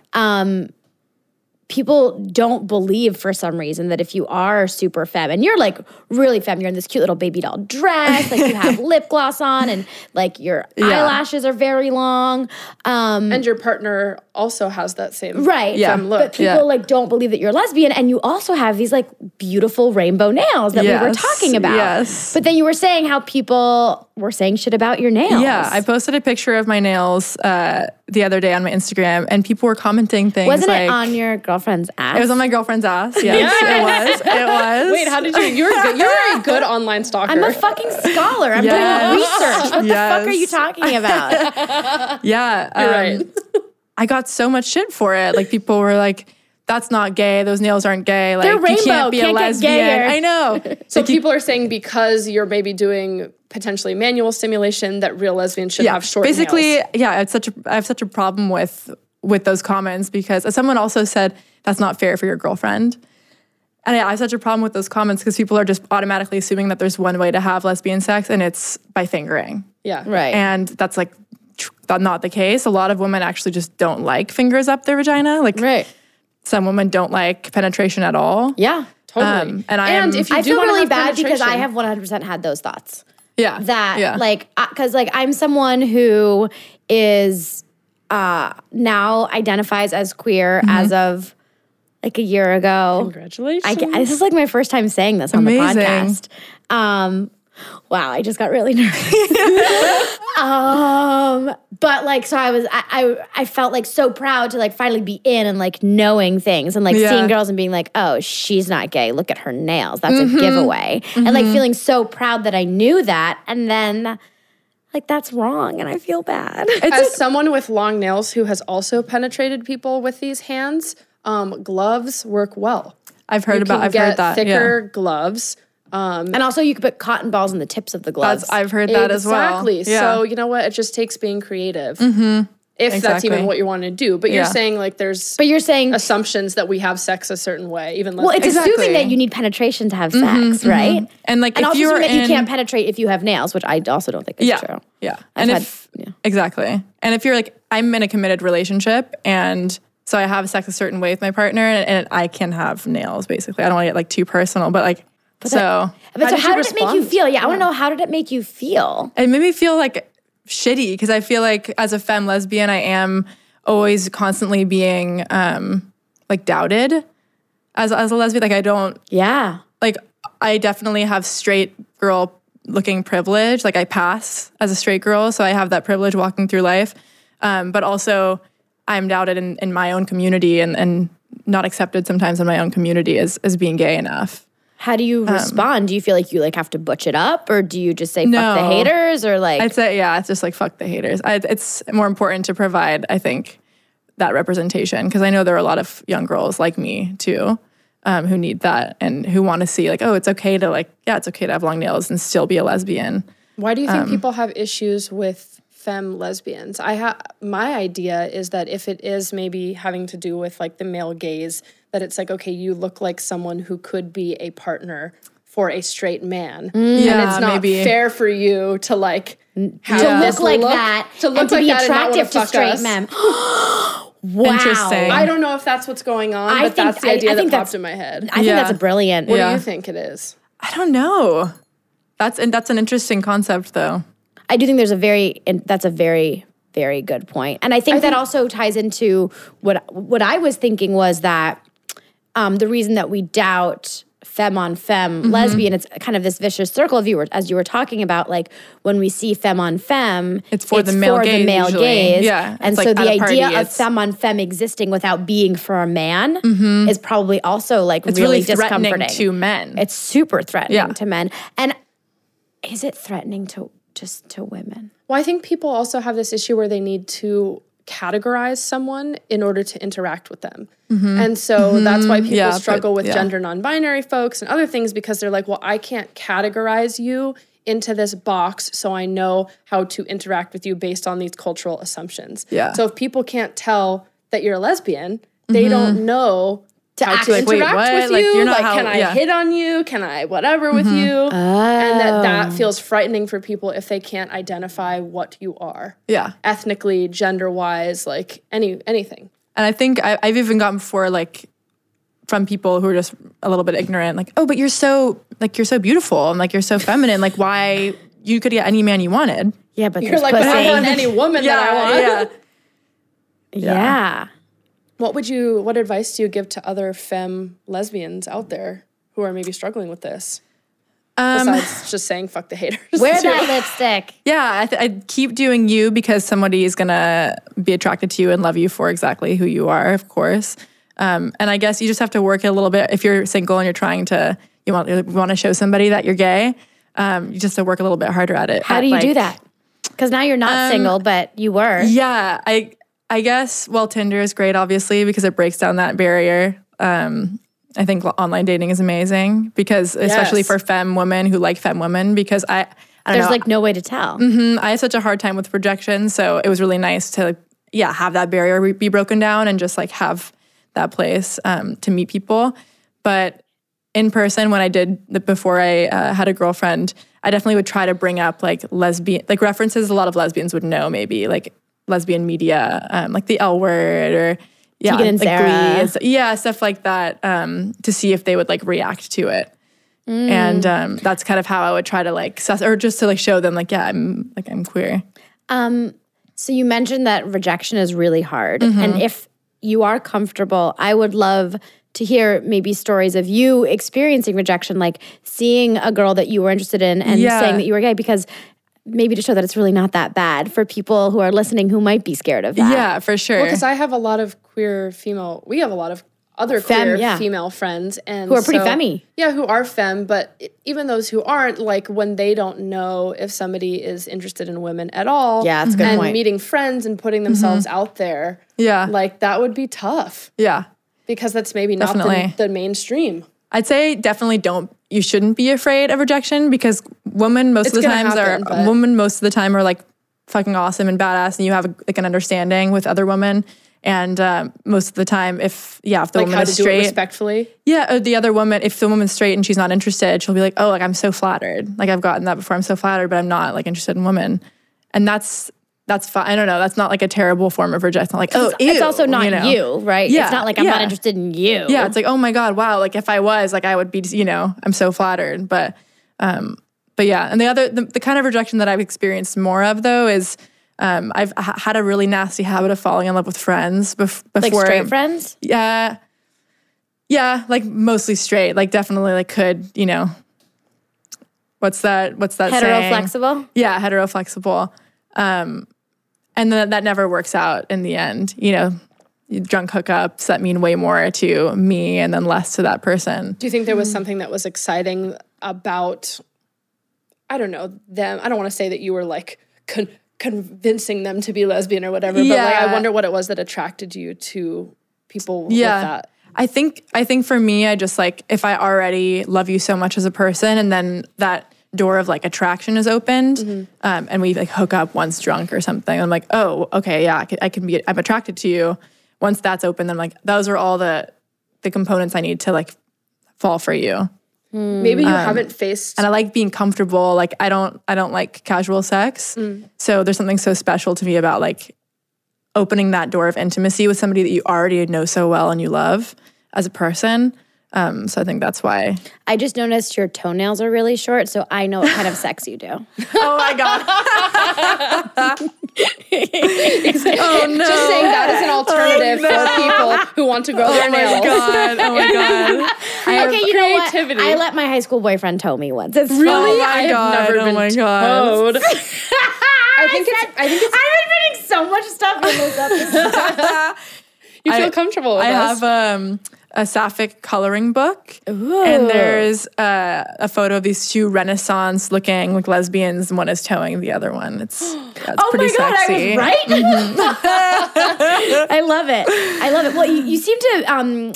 Speaker 1: people don't believe for some reason that if you are super femme and you're like really femme, you're in this cute little baby doll dress, like you have lip gloss on, and like your eyelashes are very long. Um,
Speaker 2: And your partner also has that same
Speaker 1: Right.
Speaker 4: Yeah.
Speaker 2: femme look.
Speaker 1: But people
Speaker 4: Yeah.
Speaker 1: like don't believe that you're lesbian, and you also have these like beautiful rainbow nails that we were
Speaker 4: Yes,
Speaker 1: talking about.
Speaker 4: yes.
Speaker 1: But then you were saying how people were saying shit about your nails.
Speaker 4: yeah. I posted a picture of my nails uh, the other day on my Instagram, and people were commenting things
Speaker 1: wasn't
Speaker 4: like.
Speaker 1: it on your girlfriend's ass?
Speaker 4: it was on my girlfriend's ass. Yes, it was. It was.
Speaker 2: Wait, how did you? You're good. You're a good online stalker.
Speaker 1: I'm a fucking scholar. I'm
Speaker 4: Yes.
Speaker 1: doing research. What the fuck are you
Speaker 4: Yes.
Speaker 1: talking about?
Speaker 4: Yeah, um,
Speaker 2: right.
Speaker 4: I got so much shit for it. Like people were like, that's not gay. Those nails aren't gay. Like
Speaker 2: They're
Speaker 4: you
Speaker 2: rainbow,
Speaker 4: can't be
Speaker 2: can't
Speaker 4: a
Speaker 2: get
Speaker 4: lesbian.
Speaker 2: gayer.
Speaker 4: I know.
Speaker 2: So people are saying because you're maybe doing potentially manual stimulation that real lesbians should have short
Speaker 4: basically
Speaker 2: nails.
Speaker 4: yeah it's such a i have such a problem with with those comments because as someone also said that's not fair for your girlfriend and i I have such a problem with those comments because people are just automatically assuming that there's one way to have lesbian sex and it's by fingering
Speaker 2: yeah
Speaker 1: Right.
Speaker 4: and that's like tr- that's not the case a lot of women actually just don't like fingers up their vagina like
Speaker 1: right.
Speaker 4: some women don't like penetration at all
Speaker 1: Yeah.
Speaker 2: totally.
Speaker 4: Um, and I am-
Speaker 2: if you
Speaker 1: I
Speaker 2: do
Speaker 1: feel
Speaker 2: wanna
Speaker 1: really
Speaker 2: have
Speaker 1: bad because I
Speaker 2: penetration-
Speaker 1: have 100% had those thoughts.
Speaker 4: yeah
Speaker 1: that
Speaker 4: yeah.
Speaker 1: like because like i'm someone who is uh now identifies as queer
Speaker 4: Mm-hmm.
Speaker 1: as of like a year ago
Speaker 2: congratulations.
Speaker 1: I, ca- this is like my first time saying this on the
Speaker 4: Amazing.
Speaker 1: podcast um wow i just got really nervous um but like so i was I, I i felt like so proud to like finally be in and like knowing things and like
Speaker 4: Yeah.
Speaker 1: seeing girls and being like oh she's not gay look at her nails that's
Speaker 4: Mm-hmm.
Speaker 1: a giveaway and like feeling so proud that i knew that and then like that's wrong and i feel bad
Speaker 2: As someone with long nails who has also penetrated people with these hands, um, gloves work well.
Speaker 4: i've heard
Speaker 2: You
Speaker 4: about
Speaker 2: can
Speaker 4: i've
Speaker 2: get
Speaker 4: heard that yeah.
Speaker 2: thicker gloves. Um,
Speaker 1: and also you could put cotton balls in the tips of the gloves
Speaker 4: That's- i've heard that as well
Speaker 2: Exactly.
Speaker 4: Yeah. Mm-hmm.
Speaker 2: So you know what? It just takes being creative. If that's
Speaker 4: Exactly.
Speaker 2: even what you want to do. But you're
Speaker 4: Yeah.
Speaker 2: saying like there's
Speaker 1: but you're saying
Speaker 2: assumptions that we have sex a certain way, even
Speaker 1: well it's assuming
Speaker 4: Exactly. Mm-hmm,
Speaker 1: that you need penetration to have sex right
Speaker 4: and like
Speaker 1: and
Speaker 4: if
Speaker 1: also
Speaker 4: you're
Speaker 1: assuming that
Speaker 4: in
Speaker 1: you can't penetrate if you have nails, which I also don't think is
Speaker 4: yeah.
Speaker 1: true.
Speaker 4: Yeah. and
Speaker 1: had-
Speaker 4: if
Speaker 1: yeah.
Speaker 4: exactly. And if you're like I'm in a committed relationship and so I have sex a certain way with my partner and, and I can have nails basically. I don't want to get like too personal, but like so
Speaker 1: But so
Speaker 2: did
Speaker 1: how
Speaker 2: you
Speaker 1: did it make you
Speaker 2: respond?
Speaker 1: feel? Yeah, I want to know how did it make you feel?
Speaker 4: it made me feel like shitty because I feel like as a femme lesbian I am always constantly being um like doubted as as a lesbian like I don't
Speaker 1: Yeah.
Speaker 4: like I definitely have straight girl looking privilege. Like I pass as a straight girl, so I have that privilege walking through life. Um, but also, I'm doubted in, in my own community and, and not accepted sometimes in my own community as, as being gay enough.
Speaker 1: How do
Speaker 4: Um,
Speaker 1: you respond? Do you feel like you like have to butch it up, or do you just say fuck the
Speaker 4: No.
Speaker 1: haters, or like
Speaker 4: I'd say, yeah, it's just like fuck the haters. I, it's more important to provide, I think, that representation because I know there are a lot of young girls like me too um, who need that and who want to see, like, oh, it's okay to, like, yeah, it's okay to have long nails and still be a lesbian.
Speaker 2: Why do you
Speaker 1: Um,
Speaker 2: think people have issues with femme lesbians? I ha- my idea is that if it is maybe having to do with like the male gaze, that it's like okay, you look like someone who could be a partner for a straight
Speaker 1: Mm.
Speaker 2: man, and
Speaker 4: Yeah,
Speaker 2: it's not
Speaker 4: maybe.
Speaker 2: fair for you to like have
Speaker 1: to
Speaker 2: this
Speaker 1: look like that,
Speaker 2: to look
Speaker 1: and to
Speaker 2: like
Speaker 1: be
Speaker 2: that and not wanna
Speaker 1: attractive to
Speaker 2: fuck
Speaker 1: straight
Speaker 2: us.
Speaker 1: men? wow.
Speaker 4: Interesting.
Speaker 2: I don't know if that's what's going on,
Speaker 1: I
Speaker 2: but
Speaker 1: think-
Speaker 2: that's the
Speaker 1: I- I
Speaker 2: idea
Speaker 1: think
Speaker 2: that popped
Speaker 1: that's-
Speaker 2: in my head.
Speaker 1: I think
Speaker 4: Yeah.
Speaker 1: that's a brilliant.
Speaker 2: what do
Speaker 4: yeah.
Speaker 2: you think it is?
Speaker 4: I don't know. That's and that's an interesting concept though.
Speaker 1: I do think there's a very and that's a very very good point, and I think that also ties into what what I was thinking was that um, the reason that we doubt femme on femme
Speaker 4: Mm-hmm.
Speaker 1: lesbian it's kind of this vicious circle of you were as you were talking about like when we see femme on femme
Speaker 4: It's for the male gaze
Speaker 1: male
Speaker 4: usually.
Speaker 1: gaze.
Speaker 4: Yeah,
Speaker 1: and
Speaker 4: it's like
Speaker 1: so
Speaker 4: at
Speaker 1: the
Speaker 4: a party,
Speaker 1: idea of
Speaker 4: it's-
Speaker 1: femme on femme existing without being for a man is probably also like
Speaker 4: Mm-hmm. It's really,
Speaker 1: discomforting
Speaker 4: threatening to men.
Speaker 1: it's super threatening
Speaker 4: Yeah.
Speaker 1: to men and is it threatening to just to women
Speaker 2: Well, I think people also have this issue where they need to categorize someone in order to interact with them. And so that's why people
Speaker 4: Mm-hmm. Yeah, but-
Speaker 2: struggle with
Speaker 4: yeah.
Speaker 2: gender non binary folks and other things because they're like, well, I can't categorize you into this box so I know how to interact with you based on these cultural assumptions.
Speaker 4: Yeah.
Speaker 2: So if people can't tell that you're a lesbian, they
Speaker 4: Mm-hmm.
Speaker 2: don't know. how
Speaker 1: act
Speaker 2: to
Speaker 1: like,
Speaker 4: wait,
Speaker 2: interact
Speaker 4: what?
Speaker 2: with
Speaker 4: Like,
Speaker 2: you?
Speaker 4: you're not
Speaker 2: like,
Speaker 4: how-
Speaker 2: can I
Speaker 4: yeah. Mm-hmm.
Speaker 2: hit on you? Can I whatever with you? And that
Speaker 4: Oh.
Speaker 2: that feels frightening for people if they can't identify what you are,
Speaker 4: yeah.
Speaker 2: ethnically, gender wise, like any anything.
Speaker 4: And I think I, I've even gotten before like from people who are just a little bit ignorant, like, oh, but you're so like you're so beautiful and like you're so feminine. Like why you could get any man you wanted.
Speaker 1: yeah but
Speaker 2: You're like, but I want any woman that I want.
Speaker 1: yeah.
Speaker 2: What would you? What advice do you give to other femme lesbians out there who are maybe struggling with this?
Speaker 4: Um,
Speaker 2: Besides just saying "fuck the haters,"
Speaker 1: wear that lipstick
Speaker 4: yeah, I, th- I keep doing you because somebody is gonna be attracted to you and love you for exactly who you are, of course. Um, and I guess you just have to work it a little bit if you're single and you're trying to you want you want to show somebody that you're gay. Um, you just have to work a little bit harder at it.
Speaker 1: how
Speaker 4: at,
Speaker 1: do you do
Speaker 4: like-
Speaker 1: that because now you're not single but you were
Speaker 4: Yeah, I I guess, well, Tinder is great, obviously, because it breaks down that barrier. Um, I think lo- online dating is amazing because, especially
Speaker 2: Yes.
Speaker 4: for femme women who like femme women, because I, I don't
Speaker 1: There's
Speaker 4: know,
Speaker 1: like no way to tell.
Speaker 4: I have such a hard time with projection. So it was really nice to, yeah, have that barrier re- be broken down and just like have that place um, to meet people. But in person, when I did the, before I uh, had a girlfriend, I definitely would try to bring up like lesbian, like references a lot of lesbians would know, maybe like lesbian media, um, like the L word or yeah,
Speaker 1: Tegan and
Speaker 4: like
Speaker 1: Sarah.
Speaker 4: and st- yeah, stuff like that um, to see if they would like react to it
Speaker 1: Mm.
Speaker 4: and um, that's kind of how I would try to like suss- or just to like show them like yeah I'm like I'm queer.
Speaker 1: So you mentioned that rejection is really hard.
Speaker 4: Mm-hmm.
Speaker 1: And if you are comfortable, I would love to hear maybe stories of you experiencing rejection, like seeing a girl that you were interested in and
Speaker 4: Yeah.
Speaker 1: saying that you were gay, because maybe to show that it's really not that bad for people who are listening who might be scared of that.
Speaker 4: Yeah, for sure.
Speaker 2: Because I have a lot of queer female. We have a lot of other
Speaker 1: Femme,
Speaker 2: queer
Speaker 1: yeah.
Speaker 2: female friends and
Speaker 1: Who are pretty femmy.
Speaker 2: Yeah, who are femme, but i- even those who aren't, like when they don't know if somebody is interested in women at all.
Speaker 1: Yeah, that's a good
Speaker 2: And
Speaker 1: point. Mm-hmm.
Speaker 2: meeting friends and putting themselves out there.
Speaker 4: Yeah.
Speaker 2: like that would be tough
Speaker 4: yeah,
Speaker 2: because that's maybe not the,
Speaker 4: Definitely.
Speaker 2: the mainstream.
Speaker 4: I'd say definitely don't. You shouldn't be afraid of rejection because women most
Speaker 2: It's
Speaker 4: of the
Speaker 2: gonna
Speaker 4: times
Speaker 2: happen,
Speaker 4: are
Speaker 2: but-
Speaker 4: women most of the time are like fucking awesome and badass, and you have like an understanding with other women. And um, most of the time, if yeah, if the
Speaker 2: Like
Speaker 4: woman
Speaker 2: how to
Speaker 4: is
Speaker 2: do it
Speaker 4: straight,
Speaker 2: respectfully.
Speaker 4: Yeah, or the other woman, if the woman's straight and she's not interested, she'll be like, "Oh, like I'm so flattered. Like I've gotten that before. I'm so flattered, but I'm not like interested in women." And that's that's fine. I don't know. That's not like a terrible form of rejection. Like, oh,
Speaker 1: It's
Speaker 4: ew,
Speaker 1: also not you,
Speaker 4: know?
Speaker 1: right?
Speaker 4: Yeah,
Speaker 1: It's not like I'm not
Speaker 4: yeah.
Speaker 1: interested in you.
Speaker 4: Yeah, it's like, oh my god, wow. Like if I was, like I would be. You know, I'm so flattered. But, um, but yeah. And the other, the, the kind of rejection that I've experienced more of though is, um, I've h- had a really nasty habit of falling in love with friends bef-
Speaker 1: Like
Speaker 4: before
Speaker 1: straight friends?
Speaker 4: yeah yeah like mostly straight like definitely like could you know what's that what's that
Speaker 1: Hetero
Speaker 4: saying?
Speaker 1: flexible?
Speaker 4: yeah hetero flexible um and then that never works out in the end you know drunk hookups that mean way more to me and then less to that person
Speaker 2: Do you think there
Speaker 4: Mm.
Speaker 2: was something that was exciting about, I don't know, them? I don't want to say that you were like con- convincing them to be lesbian or whatever, but like I
Speaker 4: Yeah.
Speaker 2: wonder what it was that attracted you to people with that.
Speaker 4: I think I think for me, I just like if I already love you so much as a person, and then that door of like attraction is opened, um, and we like hook up once drunk or something. I'm like, oh, okay, yeah, I can, I can be, I'm attracted to you. Once that's open, then I'm like, those are all the the components I need to like fall for you.
Speaker 2: Maybe you haven't faced.
Speaker 4: And Mm. I like being comfortable. Like I don't I don't like casual sex. So there's something so special to me about like opening that door of intimacy with somebody that you already know so well and you love as a person. Um, so I think that's why.
Speaker 1: I just noticed your toenails are really short, so I know what kind of sex you do.
Speaker 4: Oh my god.
Speaker 2: oh no! Just saying that is an
Speaker 4: Oh,
Speaker 2: alternative for people who want to grow their nails.
Speaker 4: god. Oh my god.
Speaker 1: okay, you
Speaker 2: creativity.
Speaker 1: know what? I let my high school boyfriend toe me once. It's
Speaker 4: Oh
Speaker 2: Really,
Speaker 4: my
Speaker 2: I've
Speaker 4: God.
Speaker 2: never
Speaker 4: Oh
Speaker 2: been
Speaker 4: my God.
Speaker 2: told. I think it's. I think it's.
Speaker 1: I've been putting so much stuff in this episode.
Speaker 2: You feel
Speaker 4: I-
Speaker 2: comfortable. With
Speaker 4: I
Speaker 2: us.
Speaker 4: have um a sapphic coloring book, and there's uh, a photo of these two Renaissance-looking like lesbians. and One is towing the other one. It's yeah, it's
Speaker 1: oh
Speaker 4: pretty
Speaker 1: my god,
Speaker 4: sexy.
Speaker 1: I was right. Mm-hmm. I love it. I love it. Well, you, you seem to um,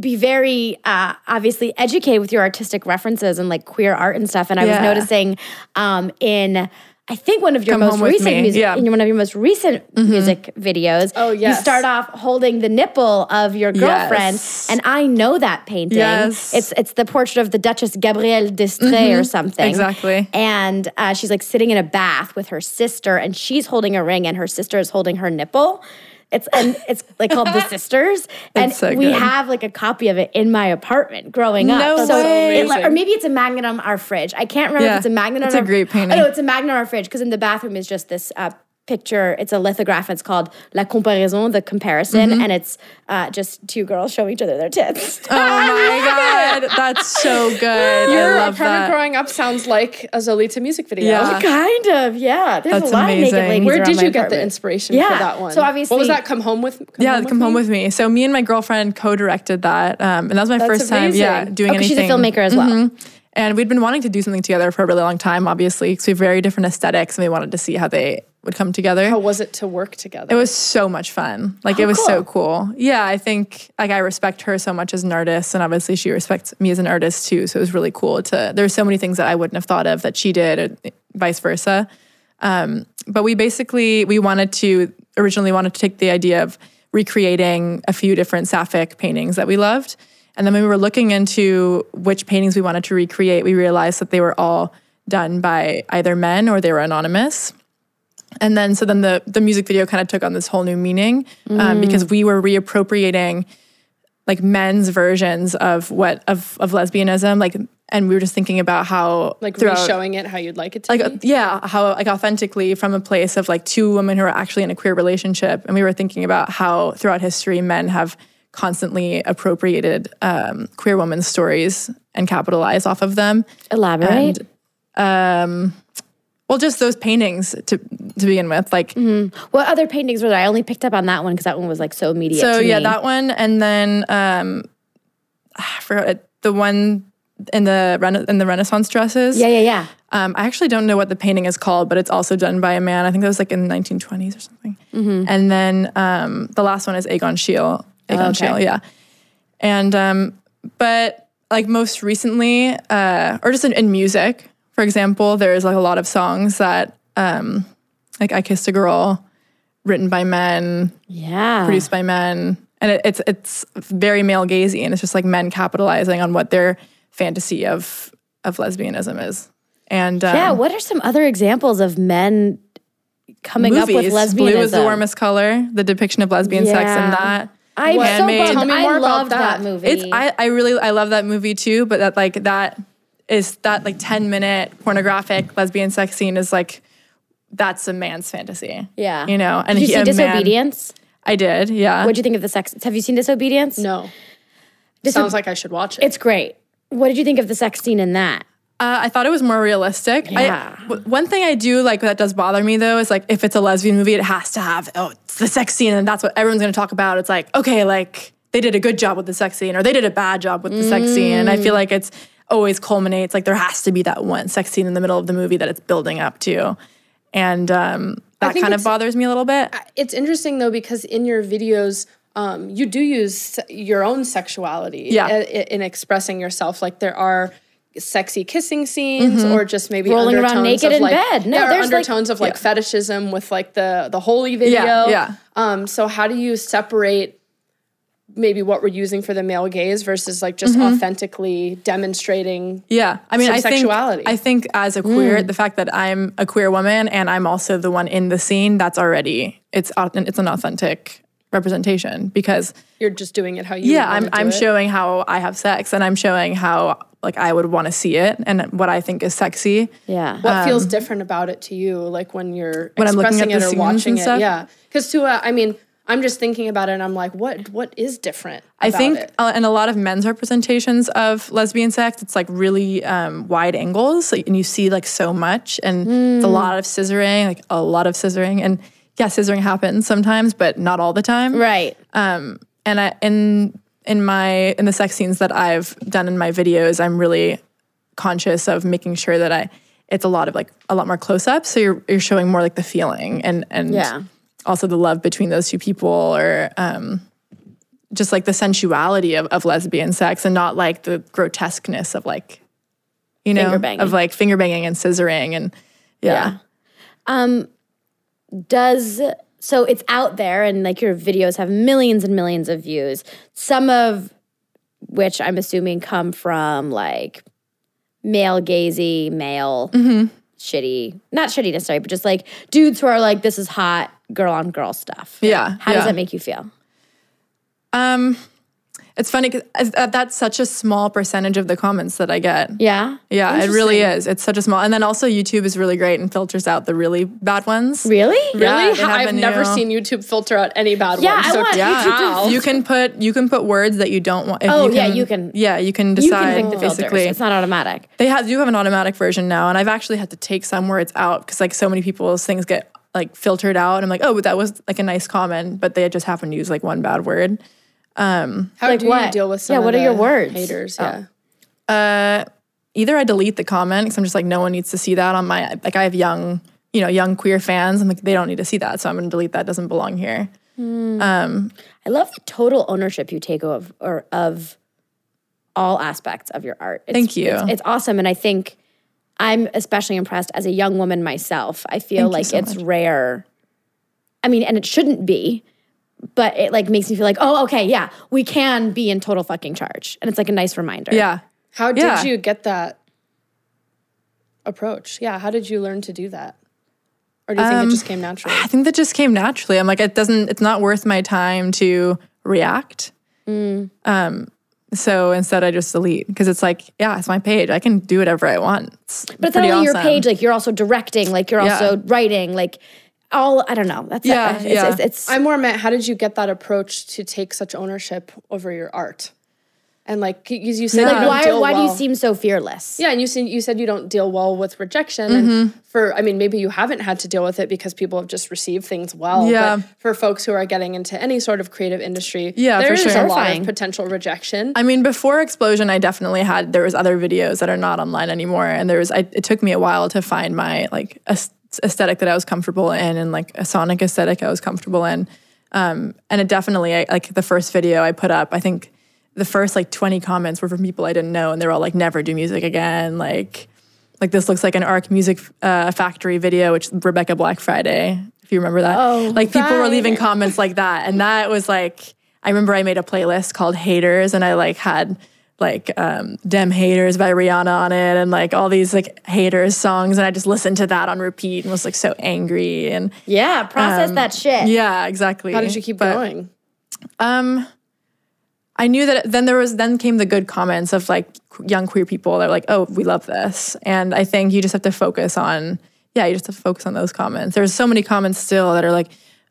Speaker 1: be very uh, obviously educated with your artistic references and like queer art and stuff. And I
Speaker 4: Yeah.
Speaker 1: was noticing um, in. I think one of your
Speaker 4: Come
Speaker 1: most
Speaker 4: Home With
Speaker 1: recent
Speaker 4: Me,
Speaker 1: music,
Speaker 4: yeah. Mm-hmm.
Speaker 1: in one of your most recent music videos,
Speaker 2: Oh,
Speaker 1: you
Speaker 2: yes.
Speaker 1: start off holding the nipple of your girlfriend,
Speaker 4: Yes.
Speaker 1: and I know that painting.
Speaker 4: Yes. Mm-hmm.
Speaker 1: It's it's the portrait of the Duchess Gabrielle d'Estrée or something.
Speaker 4: Exactly.
Speaker 1: And uh, she's like sitting in a bath with her sister, and she's holding a ring, and her sister is holding her nipple. It's and it's like called the sisters, and
Speaker 4: That's so
Speaker 1: we
Speaker 4: good.
Speaker 1: have like a copy of it in my apartment growing up.
Speaker 4: No
Speaker 1: so
Speaker 4: way.
Speaker 1: it- or maybe it's a magnet on our fridge. I can't remember if
Speaker 4: Yeah,
Speaker 1: it's a magnet.
Speaker 4: it's
Speaker 1: on
Speaker 4: a
Speaker 1: our,
Speaker 4: great painting.
Speaker 1: Oh, no, it's a magnet on our fridge because in the bathroom is just this uh, picture. It's a lithograph. It's called La Comparaison, the comparison,
Speaker 4: Mm-hmm.
Speaker 1: and it's uh, just two girls showing each other their tits.
Speaker 4: Oh my god, that's so good.
Speaker 2: Your
Speaker 4: I love
Speaker 2: apartment
Speaker 4: that.
Speaker 2: growing up sounds like a Zolita music video.
Speaker 4: Yeah.
Speaker 1: kind of, yeah. There's
Speaker 4: That's
Speaker 1: a lot of naked
Speaker 4: amazing.
Speaker 1: ladies.
Speaker 2: Where
Speaker 1: around
Speaker 2: did
Speaker 1: my
Speaker 2: you get the
Speaker 1: apartment.
Speaker 2: inspiration for
Speaker 1: Yeah.
Speaker 2: that one?
Speaker 1: So
Speaker 2: what was
Speaker 1: obviously-
Speaker 2: that? Come home with come
Speaker 4: yeah,
Speaker 2: home
Speaker 4: come home with me. So me and my girlfriend co-directed that, um, and that was my first time. Yeah,
Speaker 2: amazing.
Speaker 4: doing
Speaker 1: Okay, Oh, she's a
Speaker 4: anything. Mm-hmm.
Speaker 1: filmmaker as well.
Speaker 4: and we'd been wanting to do something together for a really long time, obviously, because we have very different aesthetics, and we wanted to see how they would come together.
Speaker 2: How was it to work together?
Speaker 4: It was so much fun. Like it was so cool. Yeah, I think like I respect her so much as an artist, and obviously she respects me as an artist too. So it was really cool to. There's so many things that I wouldn't have thought of that she did, and vice versa. Um, but we basically we wanted to originally wanted to take the idea of recreating a few different sapphic paintings that we loved, and then when we were looking into which paintings we wanted to recreate, we realized that they were all done by either men or they were anonymous and then so then the the music video kind of took on this whole new meaning
Speaker 2: Mm.
Speaker 4: um, because we were reappropriating like men's versions of what of of lesbianism like and we were just thinking about how
Speaker 2: like
Speaker 4: throughout-
Speaker 2: re-showing it how you'd like it to
Speaker 4: like
Speaker 2: be.
Speaker 4: uh, yeah how like authentically from a place of like two women who are actually in a queer relationship and we were thinking about how throughout history men have constantly appropriated um, queer women's stories and capitalized off of them
Speaker 1: Elaborate.
Speaker 4: well just those paintings to to begin with like
Speaker 1: what other paintings were there? I only picked up on that one because that one was like so immediate.
Speaker 4: So
Speaker 1: to
Speaker 4: yeah,
Speaker 1: me.
Speaker 4: that one, and then um, ah, I forgot it, the one in the rena- in the Renaissance dresses.
Speaker 1: Yeah, yeah, yeah.
Speaker 4: Um, I actually don't know what the painting is called, but it's also done by a man. I think that was like in the 1920s or something.
Speaker 1: Mm-hmm.
Speaker 4: And then um, the last one is Aegon Schiele. Aegon
Speaker 1: Oh,
Speaker 4: Schiele, yeah. And um, but like most recently, uh, or just in, in music, for example, there's like a lot of songs that um, like I Kissed a Girl, written by men,
Speaker 1: Yeah.
Speaker 4: produced by men, and it, it's it's very male gazey, and it's just like men capitalizing on what their fantasy of of lesbianism is. And um,
Speaker 1: yeah. What are some other examples of men coming up with lesbianism?
Speaker 4: Blue is the warmest color. The depiction of lesbian sex
Speaker 1: Yeah.
Speaker 4: and that.
Speaker 1: I'm
Speaker 4: Handmade.
Speaker 1: so
Speaker 4: Tell
Speaker 1: bummed.
Speaker 2: me
Speaker 1: I
Speaker 2: more about
Speaker 1: loved that,
Speaker 2: that.
Speaker 1: movie.
Speaker 4: It's I, I really I love that movie too, but that like that is that like ten minute pornographic lesbian sex scene is like that's a man's fantasy.
Speaker 1: Yeah.
Speaker 4: you know. And
Speaker 1: did you
Speaker 4: he-
Speaker 1: see
Speaker 4: a man-
Speaker 1: Disobedience?
Speaker 4: I did. Yeah.
Speaker 1: What did you think of the sex? Have you seen Disobedience?
Speaker 2: no. Sounds like I should watch it.
Speaker 1: It's great. What did you think of the sex scene in that?
Speaker 4: Uh, I thought it was more realistic. I-
Speaker 1: Yeah.
Speaker 4: w- one thing I do like that does bother me though is like if it's a lesbian movie, it has to have oh it's the sex scene and that's what everyone's going to talk about. It's like okay, like they did a good job with the sex scene or they did a bad job with the sex scene, and I feel
Speaker 2: Mm.
Speaker 4: like it's always culminates like there has to be that one sex scene in the middle of the movie that it's building up to, and um, that
Speaker 2: think
Speaker 4: kind of
Speaker 2: it's-
Speaker 4: bothers me a little bit.
Speaker 2: it's interesting though because in your videos um, you do use se- your own sexuality
Speaker 4: Yeah.
Speaker 2: i- i- in expressing yourself like there are sexy kissing scenes or just maybe
Speaker 1: Rolling around
Speaker 2: undertones
Speaker 1: naked
Speaker 2: of,
Speaker 1: in
Speaker 2: like-
Speaker 1: bed. No,
Speaker 2: there are
Speaker 1: there's, like-
Speaker 2: undertones of like fetishism with like the the holy video
Speaker 4: yeah.
Speaker 2: um so how do you separate maybe what we're using for the male gaze versus like just authentically demonstrating
Speaker 4: Yeah, I mean,
Speaker 2: some
Speaker 4: I think
Speaker 2: sexuality.
Speaker 4: I think as a queer,
Speaker 2: Mm.
Speaker 4: the fact that I'm a queer woman and I'm also the one in the scene, that's already it's au- it's an authentic representation because
Speaker 2: you're just doing it how you
Speaker 4: yeah,
Speaker 2: wanna
Speaker 4: I'm
Speaker 2: do
Speaker 4: I'm
Speaker 2: it.
Speaker 4: showing how I have sex and I'm showing how like I would want to see it and what I think is sexy.
Speaker 1: Yeah.
Speaker 2: what feels different about it to you like when you're
Speaker 4: I'm looking
Speaker 2: expressing
Speaker 4: at the
Speaker 2: it or
Speaker 4: scenes
Speaker 2: watching
Speaker 4: and
Speaker 2: it
Speaker 4: stuff?
Speaker 2: yeah because to uh, i mean i'm just thinking about it and i'm like what what is different
Speaker 4: I
Speaker 2: about
Speaker 4: think
Speaker 2: it?
Speaker 4: uh, in a lot of men's representations of lesbian sex, it's like really um, wide angles, like, and you see like so much, and it's
Speaker 2: Mm.
Speaker 4: a lot of scissoring, like a lot of scissoring, and yeah, scissoring happens sometimes, but not all the time,
Speaker 1: right.
Speaker 4: and I in in my in the sex scenes that I've done in my videos, I'm really conscious of making sure that I it's a lot of like a lot more close up. So you're you're showing more like the feeling and and
Speaker 1: Yeah.
Speaker 4: also the love between those two people or um just like the sensuality of, of lesbian sex and not like the grotesqueness of like you know
Speaker 1: Finger banging.
Speaker 4: of like finger banging and scissoring and yeah.
Speaker 1: Um, does so it's out there and like your videos have millions and millions of views some of which i'm assuming come from like male gazy male
Speaker 4: Mm-hmm.
Speaker 1: shitty not shitty necessarily but just like dudes who are like this is hot girl on girl stuff
Speaker 4: Yeah,
Speaker 1: how does
Speaker 4: yeah.
Speaker 1: that make you feel
Speaker 4: It's funny because that's such a small percentage of the comments that I get.
Speaker 1: yeah
Speaker 4: Yeah, it really is. It's such a small, and then also YouTube is really great and filters out the really bad ones.
Speaker 1: really
Speaker 4: Yeah,
Speaker 2: really
Speaker 4: they
Speaker 2: How-
Speaker 4: have
Speaker 2: i've
Speaker 4: a
Speaker 2: never
Speaker 4: new-
Speaker 2: seen youtube filter out any bad
Speaker 1: Yeah,
Speaker 2: ones
Speaker 1: I
Speaker 2: so
Speaker 1: want
Speaker 4: Yeah,
Speaker 1: YouTube to-
Speaker 2: how?
Speaker 4: you can put you can put words that you don't want. if
Speaker 1: Oh, yeah, you can-
Speaker 4: Yeah, you can
Speaker 1: you can
Speaker 4: decide.
Speaker 1: pick the filters
Speaker 4: basically,
Speaker 1: it's not automatic
Speaker 4: they have do have an automatic version now, and I've actually had to take some words out because like so many people's things get like filtered out. And I'm like, oh, but that was like a nice comment, but they just happened to use like one bad word.
Speaker 2: how
Speaker 1: like
Speaker 2: do you
Speaker 1: what?
Speaker 2: deal with some
Speaker 1: Yeah,
Speaker 2: of
Speaker 1: what are your
Speaker 2: the
Speaker 1: words?
Speaker 2: haters
Speaker 1: Oh.
Speaker 2: yeah
Speaker 4: either I delete the comment because I'm just like, no one needs to see that on my like I have young, you know, young queer fans. I'm like, they don't need to see that. So I'm going to delete that. It doesn't belong here.
Speaker 1: I love the total ownership you take of or of all aspects of your art. It's,
Speaker 4: Thank you.
Speaker 1: It's, it's awesome, and I think I'm especially impressed as a young woman myself. I feel like it's rare. I mean, and it shouldn't be, but it like makes me feel like, oh, okay, yeah, we can be in total fucking charge, and it's like a nice reminder.
Speaker 4: Yeah.
Speaker 2: How did
Speaker 4: Yeah.
Speaker 2: you get that approach? Yeah, how did you learn to do that? Or do you think it just came naturally?
Speaker 4: I think that just came naturally. I'm like, it doesn't, it's not worth my time to react.
Speaker 1: Mm.
Speaker 4: Um, so instead, I just delete because it's like, yeah, it's my page. I can do whatever I want. It's
Speaker 1: but it's not
Speaker 4: pretty
Speaker 1: only your
Speaker 4: awesome.
Speaker 1: page; like you're also directing, like you're
Speaker 4: Yeah.
Speaker 1: also writing, like all. I don't know. That's
Speaker 4: Yeah,
Speaker 1: it's,
Speaker 4: yeah.
Speaker 1: It's, it's,
Speaker 2: I more meant how did you get that approach to take such ownership over your art? And like 'cause you said, you
Speaker 1: like
Speaker 2: don't
Speaker 1: why?
Speaker 2: deal
Speaker 1: Why do you
Speaker 2: well-
Speaker 1: seem so fearless?
Speaker 2: Yeah, and you said you said you don't deal well with rejection.
Speaker 4: Mm-hmm.
Speaker 2: And for I mean, maybe you haven't had to deal with it because people have just received things well.
Speaker 4: Yeah.
Speaker 2: But for folks who are getting into any sort of creative industry,
Speaker 4: Yeah,
Speaker 2: there
Speaker 4: for
Speaker 2: is
Speaker 4: sure.
Speaker 2: a lot of
Speaker 1: Terrifying.
Speaker 2: potential rejection.
Speaker 4: I mean, before Explosion, I definitely had there was other videos that are not online anymore, and there was. I, it took me a while to find my like aes- aesthetic that I was comfortable in, and like a sonic aesthetic I was comfortable in. Um, and it definitely, I, like the first video I put up, I think the first like twenty comments were from people I didn't know, and they were all like, "Never do music again." Like, like this looks like an Arc Music uh, Factory video, which Rebecca Black Friday, if you remember that. Oh, like people were leaving comments like that, and that was like I remember I made a playlist called Haters, and I like had like um, "Dem Haters" by Rihanna on it, and like all these like haters songs, and I just listened to that on repeat and was like so angry and
Speaker 1: Yeah, process that shit.
Speaker 4: Um, yeah, exactly.
Speaker 2: How did you keep
Speaker 4: But
Speaker 2: going?
Speaker 4: I knew that then there was then came the good comments of like qu- young queer people that were like, oh, we love this, and I think you just have to focus on yeah, you just have to focus on those comments. There's so many comments still that are like.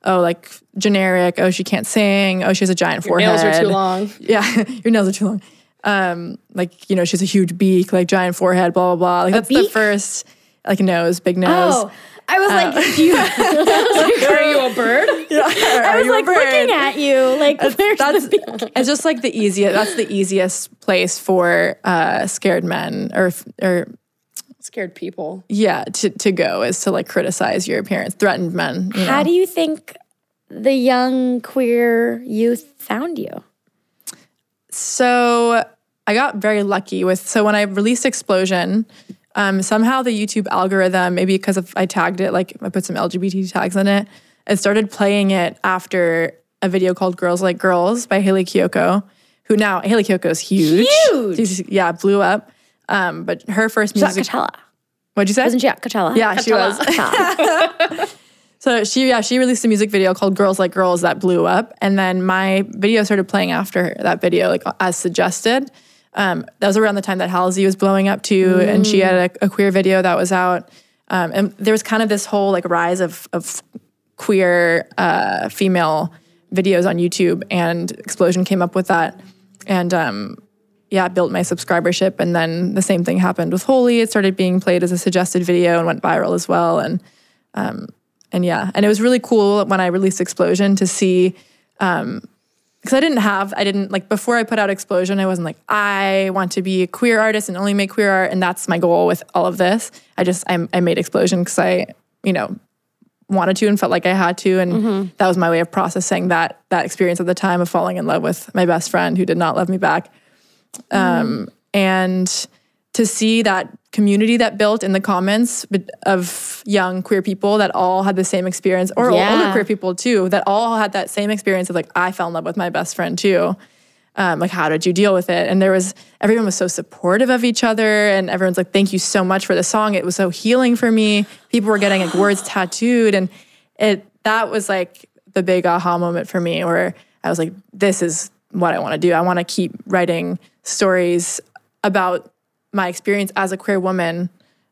Speaker 4: Oh, like generic. Oh, she can't sing. Oh, she has a giant forehead.
Speaker 2: Nails are too long.
Speaker 4: yeah, your nails are too long. Um, like you know, she has a huge beak, like giant forehead, blah blah blah. Like that's the
Speaker 1: beak?
Speaker 4: first, like nose, big nose.
Speaker 1: Oh, I was like
Speaker 4: Uh,
Speaker 1: confused.
Speaker 2: Are you a bird?
Speaker 1: I was like looking at you, like where's
Speaker 4: that's
Speaker 1: the beak?
Speaker 4: it's just like the easiest. That's the easiest place for uh, scared men or f- or
Speaker 2: Scared people.
Speaker 4: yeah to to go is to like criticize your appearance, threatened men. You know?
Speaker 1: How do you think the young queer youth found you?
Speaker 4: So I got very lucky with so when I released Explosion, um, somehow the YouTube algorithm, maybe because of I tagged it, like I put some LGBT tags on it, it started playing it after a video called "Girls Like Girls" by Haley Kiyoko, who now Haley Kiyoko is huge,
Speaker 1: Huge!
Speaker 4: She's- yeah, blew up. Um, but her first
Speaker 1: She's at
Speaker 4: music,
Speaker 1: Coachella,
Speaker 4: what'd you say?
Speaker 1: wasn't she at Coachella?
Speaker 4: yeah, she was.
Speaker 1: Coachella.
Speaker 4: So she yeah, she released a music video called Girls Like Girls that blew up. And then my video started playing after that video, like as suggested. Um, that was around the time that Halsey was blowing up too, and she had a, a queer video that was out. Um, and there was kind of this whole like rise of of queer uh, female videos on YouTube, and Explosion came up with that. And um, yeah, built my subscribership. And then the same thing happened with Holy. It started being played as a suggested video and went viral as well. And and yeah and it was really cool when i released explosion to see um because i didn't have i didn't like before i put out explosion i wasn't like i want to be a queer artist and only make queer art and that's my goal with all of this i just i, I made explosion because i you know wanted to and felt like i had to and that was my way of processing that that experience at the time of falling in love with my best friend who did not love me back Um, and to see that community that built in the comments but- of young queer people that all had the same experience or
Speaker 1: Yeah.
Speaker 4: older queer people too that all had that same experience of like i fell in love with my best friend too um, like how did you deal with it and there was everyone was so supportive of each other and everyone's like thank you so much for the song it was so healing for me people were getting like words tattooed and it that was like the big aha moment for me where i was like this is what i want to do i want to keep writing stories about my experience as a queer woman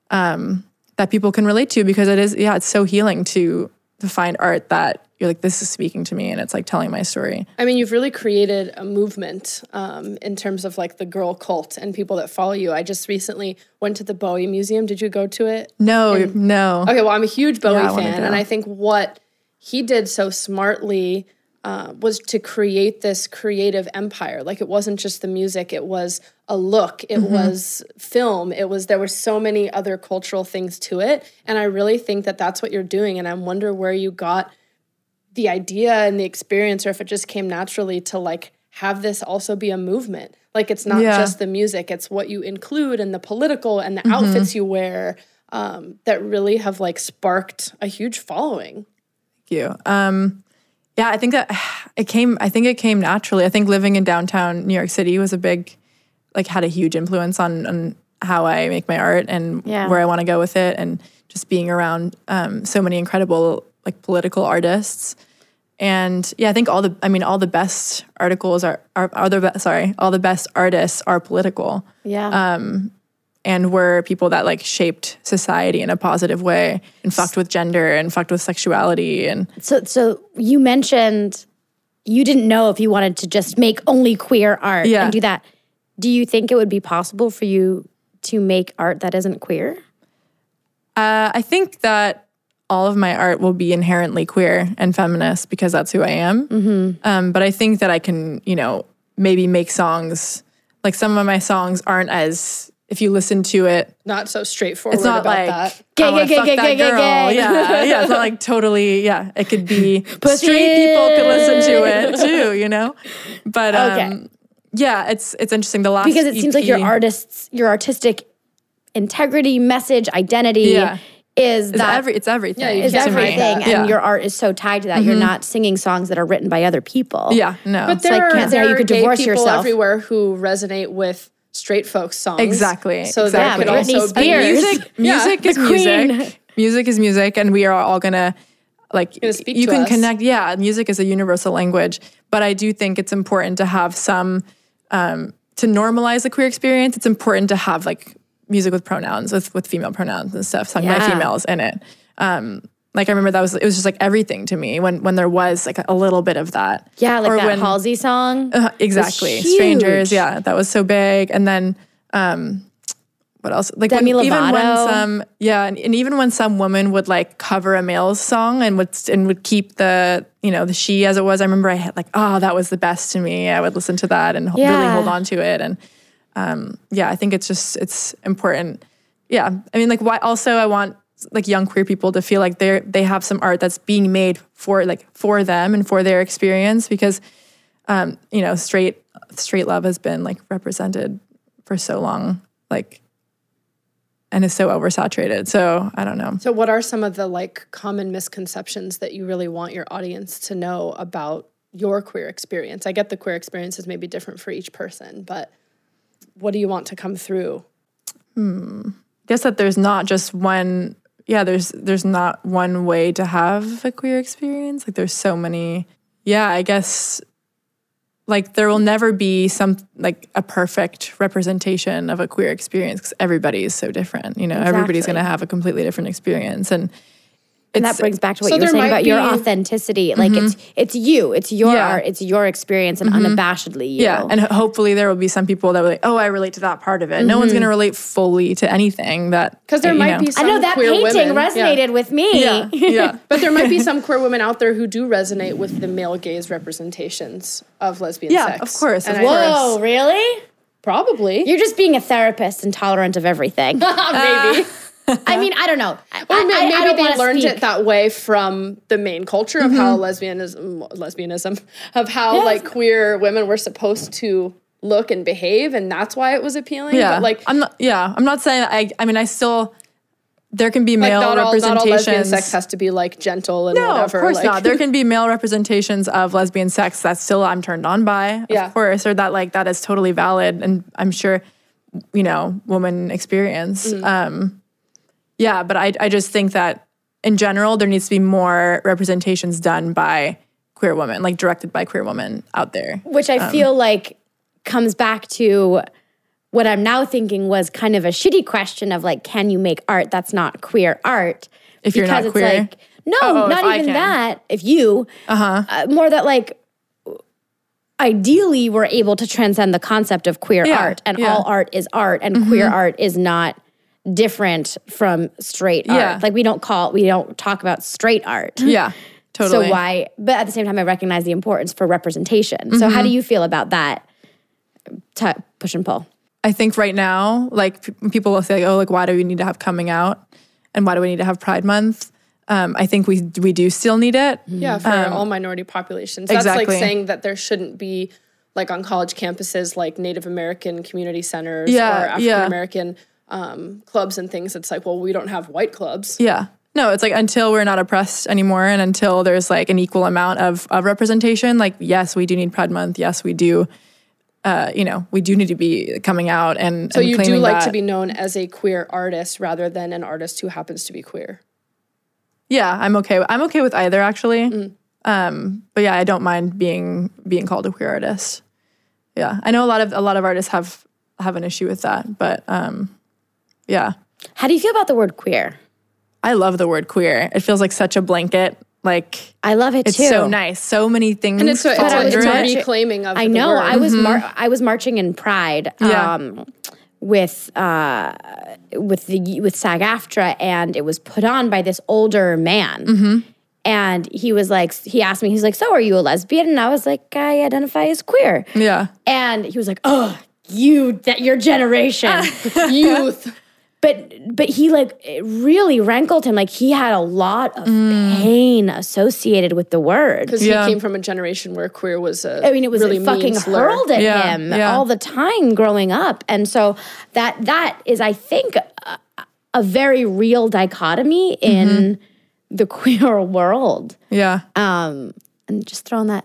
Speaker 4: um, that people can relate to because it is yeah it's so healing to to find art that you're like this is speaking to me and it's like telling my story
Speaker 2: I mean, you've really created a movement um, in terms of like the girl cult and people that follow you. I just recently went to the Bowie Museum. Did you go to it?
Speaker 4: no no
Speaker 2: Okay, well, I'm a huge Bowie
Speaker 4: Mm-hmm. Yeah, I wanna
Speaker 2: fan,
Speaker 4: go.
Speaker 2: and I think what he did so smartly uh, was to create this creative empire. Like it wasn't just the music; it was a a look
Speaker 4: Mm-hmm.
Speaker 2: it was film it was there were so many other cultural things to it and i really think that that's what you're doing and i wonder where you got the idea and the experience or if it just came naturally to like have this also be a movement like it's not
Speaker 4: Yeah. Mm-hmm.
Speaker 2: just the music it's what you include and the political and the outfits you wear um, that really have like sparked a huge following
Speaker 4: you. Um, yeah, I think that it came. I think it came naturally. I think living in downtown New York City was a big, like, had a huge influence on on how I make my art and
Speaker 1: Yeah.
Speaker 4: where I want to go with it, and just being around um, so many incredible like political artists. And yeah, I think all the. I mean, all the best articles are are, are the best. Sorry, all the best artists are political
Speaker 1: Yeah.
Speaker 4: Uh, and were people that like shaped society in a positive way and fucked with gender and fucked with sexuality and
Speaker 1: so so you mentioned you didn't know if you wanted to just make only queer art
Speaker 4: Yeah.
Speaker 1: and do that. Do you think it would be possible for you to make art that isn't queer?
Speaker 4: Uh, I think that all of my art will be inherently queer and feminist because that's who I am.
Speaker 1: Mm-hmm.
Speaker 4: Um, but I think that I can, you know, maybe make songs like some of my songs aren't as if you listen to it,
Speaker 2: not so straightforward
Speaker 4: it's not
Speaker 2: about
Speaker 4: like
Speaker 2: that
Speaker 4: I
Speaker 1: Gay,
Speaker 4: wanna
Speaker 1: gay, gay,
Speaker 4: fuck
Speaker 1: gay,
Speaker 4: that
Speaker 1: gay, gay,
Speaker 4: girl.
Speaker 1: gay.
Speaker 4: Yeah, yeah. It's not like totally. Yeah, it could be straight people could listen to it too, you know. But um,
Speaker 1: Okay.
Speaker 4: yeah, it's it's interesting. The last E
Speaker 1: because it seems like your
Speaker 4: EP
Speaker 1: artists your artistic integrity message identity
Speaker 4: Yeah.
Speaker 1: is
Speaker 4: is
Speaker 1: that
Speaker 4: every it's everything. Yeah,
Speaker 1: is everything and
Speaker 4: Yeah.
Speaker 1: your art is so tied to that you're not singing songs that are written by other people
Speaker 4: Yeah, no.
Speaker 2: But there
Speaker 1: like,
Speaker 2: are,
Speaker 1: can't say
Speaker 2: there
Speaker 1: you
Speaker 2: are
Speaker 1: could
Speaker 2: gay
Speaker 1: divorce
Speaker 2: people
Speaker 1: yourself.
Speaker 2: everywhere who resonate with straight folks songs.
Speaker 4: Exactly,
Speaker 2: So that
Speaker 4: exactly.
Speaker 2: could
Speaker 4: Yeah,
Speaker 2: also
Speaker 1: Britney
Speaker 2: be
Speaker 1: Spears.
Speaker 4: music
Speaker 2: Yeah.
Speaker 4: music
Speaker 2: The
Speaker 4: is music music is music and we are all gonna like
Speaker 2: speak
Speaker 4: you
Speaker 2: to
Speaker 4: can
Speaker 2: us.
Speaker 4: connect yeah music is a universal language but i do think it's important to have some um, to normalize the queer experience it's important to have like music with pronouns with with female pronouns and stuff sung by
Speaker 1: Yeah.
Speaker 4: females in it um, like i remember that was it was just like everything to me when when there was like a little bit of that
Speaker 1: yeah like
Speaker 4: Or
Speaker 1: that
Speaker 4: when-
Speaker 1: halsey song
Speaker 4: uh, exactly.
Speaker 1: huge.
Speaker 4: Strangers. Yeah, that was so big. And then um, what else? Like
Speaker 1: Demi
Speaker 4: when, even when
Speaker 1: Lovato.
Speaker 4: some Um, yeah, and, and even when some woman would like cover a male's song and would and would keep the you know the she as it was. I remember I had like oh that was the best to me. I would listen to that and ho- really
Speaker 1: Yeah.
Speaker 4: hold on to it. And um, yeah, I think it's just it's important. Yeah, I mean like why also I want like young queer people to feel like they're they have some art that's being made for like for them and for their experience because um, you know, straight straight love has been like represented for so long, like, and is so oversaturated. So I don't know.
Speaker 2: So what are some of the like common misconceptions that you really want your audience to know about your queer experience? I get the queer experience is maybe different for each person, but what do you want to come through?
Speaker 4: guess that there's not just one. Yeah, there's there's not one way to have a queer experience. Like there's so many. Yeah, I guess like there will never be some like a perfect representation of a queer experience because everybody is so different. You know, everybody's
Speaker 1: Exactly.
Speaker 4: going to have a completely different experience, and
Speaker 1: and that brings back to what
Speaker 2: So
Speaker 1: you were
Speaker 2: there
Speaker 1: saying
Speaker 2: might
Speaker 1: about your
Speaker 2: be-
Speaker 1: authenticity like it's it's you it's your
Speaker 4: Yeah.
Speaker 1: art it's your experience and unabashedly you
Speaker 4: Yeah, and ho- hopefully there will be some people that will like, oh, I relate to that part of it. No one's going to relate fully to anything that
Speaker 2: Mm-hmm. Because there
Speaker 4: you
Speaker 2: might
Speaker 4: know.
Speaker 2: be
Speaker 1: I
Speaker 2: some
Speaker 1: know that
Speaker 2: queer
Speaker 1: painting
Speaker 2: women-
Speaker 1: resonated
Speaker 2: Yeah.
Speaker 1: with me.
Speaker 4: yeah, yeah,
Speaker 2: But there might be some queer women out there who do resonate with the male gaze representations of lesbian
Speaker 4: Yeah,
Speaker 2: sex.
Speaker 4: of course,
Speaker 2: And
Speaker 4: of
Speaker 2: I-
Speaker 4: course.
Speaker 1: Whoa, really?
Speaker 2: Probably.
Speaker 1: You're just being a therapist and tolerant of everything.
Speaker 2: maybe.
Speaker 1: I mean, I don't know.
Speaker 2: Or
Speaker 1: I,
Speaker 2: may-
Speaker 1: I- I
Speaker 2: maybe
Speaker 1: don't
Speaker 2: they
Speaker 1: wanna
Speaker 2: learned
Speaker 1: speak.
Speaker 2: it that way from the main culture of how
Speaker 4: Mm-hmm.
Speaker 2: lesbianism, lesbianism, of how like queer women were supposed to look and behave, and that's why it was appealing.
Speaker 4: yeah.
Speaker 2: but, like
Speaker 4: I'm not. Yeah, I'm not saying. I. I mean, I still. There can be
Speaker 2: like,
Speaker 4: male
Speaker 2: not all not all
Speaker 4: representations.
Speaker 2: lesbian sex has to be like gentle and
Speaker 4: no,
Speaker 2: whatever.
Speaker 4: of course
Speaker 2: like,
Speaker 4: not. There can be male representations of lesbian sex that still I'm turned on by,
Speaker 2: Yeah.
Speaker 4: of course, or that like that is totally valid, and I'm sure, you know, woman experience.
Speaker 2: Mm-hmm.
Speaker 4: Um, yeah, but I I just think that in general there needs to be more representations done by queer women, like directed by queer women out there.
Speaker 2: Mm-hmm.
Speaker 1: which I
Speaker 4: Um,
Speaker 1: feel like comes back to what I'm now thinking was kind of a shitty question of like, can you make art that's not queer art?
Speaker 4: If you're not queer?
Speaker 1: like, no,
Speaker 4: Oh, if
Speaker 1: not
Speaker 4: I
Speaker 1: even
Speaker 4: can.
Speaker 1: that. If you, uh-huh. more that like, ideally, we're able to transcend the concept of queer
Speaker 4: Yeah,
Speaker 1: art, and
Speaker 4: yeah. Mm-hmm.
Speaker 1: all art is art, and queer art is not different from straight
Speaker 4: Yeah.
Speaker 1: art. Like we don't call, we don't talk about straight art.
Speaker 4: Yeah, totally.
Speaker 1: So why? But at the same time, I recognize the
Speaker 4: Mm-hmm.
Speaker 1: importance for representation. So how do you feel about that? T- push and pull.
Speaker 4: I think right now, like p- people will say, like, "Oh, like why do we need to have coming out, and why do we need to have Pride Month?" Um, I think we we do still need it.
Speaker 2: Yeah, for all minority populations. That's
Speaker 4: um, exactly.
Speaker 2: like saying that there shouldn't be like on college campuses like Native American community centers or
Speaker 4: Yeah, yeah.
Speaker 2: African American um, clubs and things. It's like, well, we don't have white clubs.
Speaker 4: Yeah. No, it's like until we're not oppressed anymore and until there's like an equal amount of, of representation, like, yes, we do need Pride Month. Yes, we do. Uh, you know, we do need to be coming out and
Speaker 2: So you do like to be known as a queer artist rather than an artist who happens to be queer.
Speaker 4: Yeah, I'm okay. with- I'm okay with either actually.
Speaker 2: Mm.
Speaker 4: Um, but yeah, I don't mind being being called a queer artist. Yeah, I know a lot of a lot of artists have have an issue with that, but um, yeah,
Speaker 1: How do you feel about the word queer?
Speaker 4: I love the word queer. It feels like such a blanket. Like
Speaker 1: I love it
Speaker 4: it's
Speaker 1: too.
Speaker 4: so nice. So many things.
Speaker 2: And it's, a,
Speaker 4: fall
Speaker 2: it's, a,
Speaker 1: was
Speaker 4: under
Speaker 2: it's a
Speaker 4: it.
Speaker 1: marching-
Speaker 2: reclaiming of
Speaker 1: I
Speaker 2: the
Speaker 1: know.
Speaker 2: word.
Speaker 1: I was mar- I was marching in Pride.
Speaker 4: Mm-hmm. Yeah.
Speaker 1: Um, with uh, with the with SAG-AFTRA, and it was put on by this older man.
Speaker 4: Mm-hmm.
Speaker 1: And he was like, he asked me, he's like, "So are you a lesbian?" And I was like, "I identify as queer."
Speaker 4: Yeah.
Speaker 1: And he was like, "Oh, you that your generation."
Speaker 2: youth.
Speaker 1: but but he like it really rankled him like he had a lot of pain associated with the word
Speaker 2: Because
Speaker 4: Yeah.
Speaker 2: he came from a generation where queer was a
Speaker 1: i mean it was
Speaker 2: really mean
Speaker 1: fucking
Speaker 2: slur.
Speaker 1: hurled at
Speaker 4: Yeah,
Speaker 1: him
Speaker 4: yeah.
Speaker 1: all the time growing up and so that that is i think a, a very real dichotomy in
Speaker 4: Mm-hmm.
Speaker 1: the queer world
Speaker 4: Yeah.
Speaker 1: um and just throwing that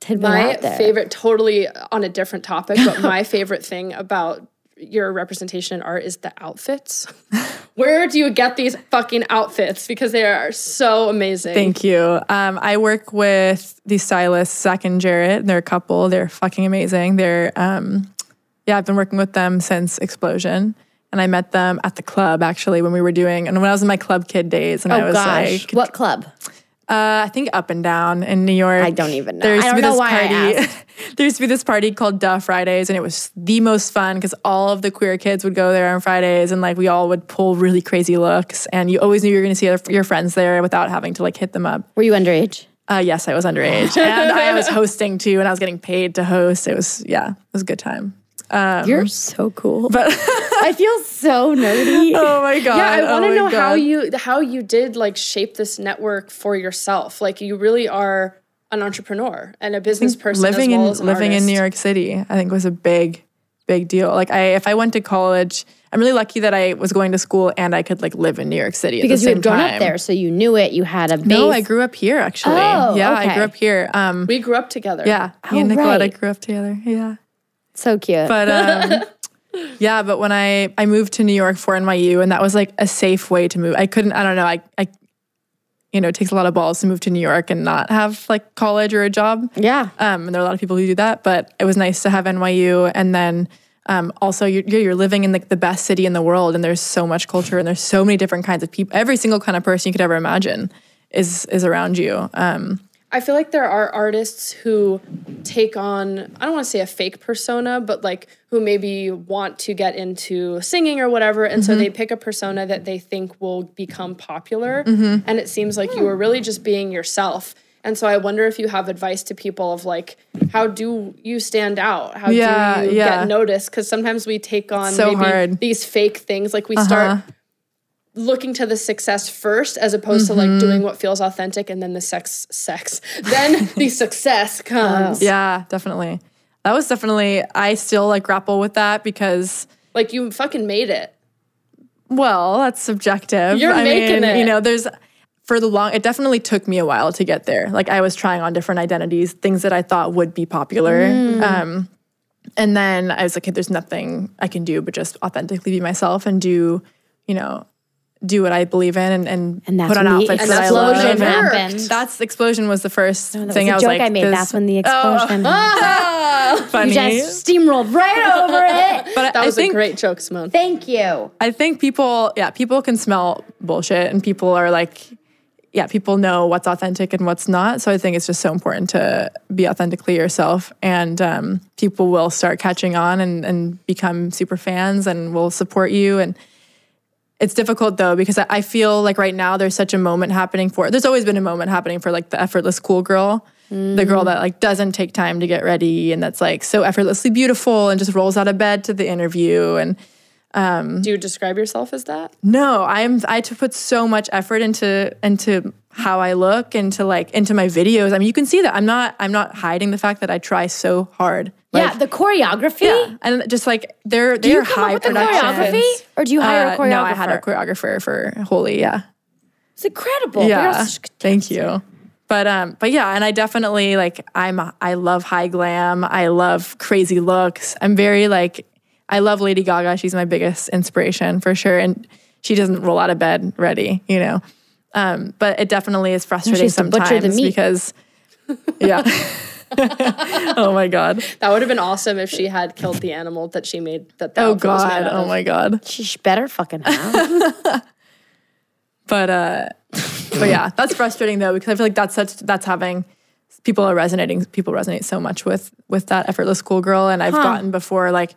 Speaker 1: tidbit
Speaker 2: My
Speaker 1: out there
Speaker 2: favorite, totally on a different topic, but my favorite thing about your representation in art is the outfits. Where do you get these fucking outfits? Because they are so amazing.
Speaker 4: Thank you. Um, I work with the stylists Zach and Jarrett. They're a couple. They're fucking amazing. They're um, yeah, I've been working with them since Explosion, and I met them at the club actually when we were doing and when I was in my club kid days, and I
Speaker 1: oh
Speaker 4: was
Speaker 1: gosh
Speaker 4: like,
Speaker 1: what club
Speaker 4: uh, I think up and down in New York.
Speaker 1: I don't even know.
Speaker 4: There used
Speaker 1: I
Speaker 4: to be
Speaker 1: don't know
Speaker 4: this
Speaker 1: why I
Speaker 4: party. there used to be this party called Duh Fridays, and it was the most fun because all of the queer kids would go there on Fridays, and like we all would pull really crazy looks, and you always knew you were going to see other, your friends there without having to like hit them up.
Speaker 1: were you underage
Speaker 4: Uh, yes, I was underage, and I was hosting too, and I was getting paid to host. It was yeah, it was a good time. um,
Speaker 1: you're so cool but i feel so nerdy
Speaker 4: Oh my god!
Speaker 2: Yeah, I
Speaker 4: oh
Speaker 2: want to
Speaker 4: my
Speaker 2: know how
Speaker 4: God.
Speaker 2: you how you did like shape this network for yourself. Like you really are an entrepreneur and a business person.
Speaker 4: living
Speaker 2: as well
Speaker 4: in
Speaker 2: as an
Speaker 4: living in New
Speaker 2: artist.
Speaker 4: York City, I think was a big, big deal. Like I, if I went to college, I'm really lucky that I was going to school and I could like live in New York City
Speaker 1: because
Speaker 4: at the
Speaker 1: you
Speaker 4: same
Speaker 1: had grown
Speaker 4: time.
Speaker 1: up there, so you knew it. You had a base.
Speaker 4: No, I grew up here actually.
Speaker 1: Oh,
Speaker 4: yeah, I
Speaker 1: okay.
Speaker 4: grew up here. Um,
Speaker 2: We grew up together.
Speaker 4: yeah, me and
Speaker 1: Oh,
Speaker 4: Nicoletta
Speaker 1: right.
Speaker 4: grew up together. Yeah.
Speaker 1: so cute.
Speaker 4: but um, yeah but when i i moved to new york for nyu and that was like a safe way to move i couldn't i don't know i, I you know it takes a lot of balls to move to new york and not have like college or a job
Speaker 1: yeah,
Speaker 4: um, and there are a lot of people who do that but it was nice to have nyu and then um, also you're, you're you're living in like the best city in the world and there's so much culture and there's so many different kinds of people every single kind of person you could ever imagine is is around you um,
Speaker 2: I feel like there are artists who take on, I don't want to say a fake persona, but like who maybe want to get into singing or whatever. And
Speaker 4: Mm-hmm.
Speaker 2: so they pick a persona that they think will become popular.
Speaker 4: Mm-hmm.
Speaker 2: And it seems like you were really just being yourself. And so I wonder if you have advice to people of like, how do you stand out? How
Speaker 4: Yeah,
Speaker 2: do you
Speaker 4: yeah.
Speaker 2: get noticed? Because sometimes we take on
Speaker 4: So
Speaker 2: maybe
Speaker 4: hard. Uh-huh.
Speaker 2: these fake things. Like we start looking to the success first as opposed to
Speaker 4: Mm-hmm.
Speaker 2: like doing what feels authentic and then the sex sex then the success comes
Speaker 4: yeah definitely that was definitely i still like grapple with that because
Speaker 2: like you fucking made it
Speaker 4: Well, that's subjective.
Speaker 2: You're making it.
Speaker 4: You know, there's for the long. It definitely took me a while to get there. Like I was trying on different identities, things that I thought would be popular.
Speaker 2: Mm.
Speaker 4: Um, and then I was like, okay, there's nothing I can do but just authentically be myself and do, you know, do what I believe in and and,
Speaker 1: and that's
Speaker 4: put on
Speaker 1: when the
Speaker 4: outfits
Speaker 1: explosion
Speaker 4: that I love.
Speaker 2: explosion
Speaker 1: happened. That
Speaker 4: That's the explosion was the first
Speaker 1: was
Speaker 4: thing
Speaker 1: a
Speaker 4: I was
Speaker 1: joke
Speaker 4: like.
Speaker 1: I made.
Speaker 4: this-
Speaker 1: That's when the
Speaker 4: Oh,
Speaker 1: explosion.
Speaker 4: funny.
Speaker 1: you just steamrolled right over it.
Speaker 4: but
Speaker 2: that
Speaker 4: I
Speaker 2: was
Speaker 4: think
Speaker 2: a great joke simone
Speaker 1: Thank you.
Speaker 4: I think people, yeah, people can smell bullshit and people are like, yeah, people know what's authentic and what's not. So I think it's just so important to be authentically yourself and um, people will start catching on and, and become super fans and will support you. And it's difficult though, because I, I feel like right now there's such a moment happening for, there's always been a moment happening for like the effortless cool girl. the girl that like doesn't take time to get ready and that's like so effortlessly beautiful and just rolls out of bed to the interview and
Speaker 2: Do you describe yourself as that?
Speaker 4: no i'm i to put so much effort into into how i look into like into my videos i mean you can see that i'm not i'm not hiding the fact that i try so hard Like,
Speaker 1: yeah, the choreography.
Speaker 4: yeah, and just like they're they're
Speaker 1: you come up
Speaker 4: high
Speaker 1: with the
Speaker 4: productions.
Speaker 1: choreography, or do you hire a
Speaker 4: Uh,
Speaker 1: choreographer?
Speaker 4: no, I had a choreographer for Holy. Yeah,
Speaker 1: It's incredible. We are
Speaker 4: yeah.
Speaker 1: such-
Speaker 4: Thank you. But um, but yeah, and I definitely like I'm I love high glam. I love crazy looks. I'm very like I love Lady Gaga. She's my biggest inspiration for sure, and she doesn't roll out of bed ready, you know. Um, but it definitely is frustrating
Speaker 1: has to butcher the
Speaker 4: sometimes
Speaker 1: meat.
Speaker 4: because yeah. oh my god.
Speaker 2: That would have been awesome if she had killed the animal that she made. That the
Speaker 4: Oh
Speaker 2: outfit was made
Speaker 4: god.
Speaker 2: out
Speaker 4: Oh
Speaker 2: of.
Speaker 4: my god.
Speaker 1: She better fucking have.
Speaker 4: But uh, but yeah, that's frustrating though because I feel like that's such that's having people are resonating. People resonate so much with with that effortless cool girl, and I've gotten before like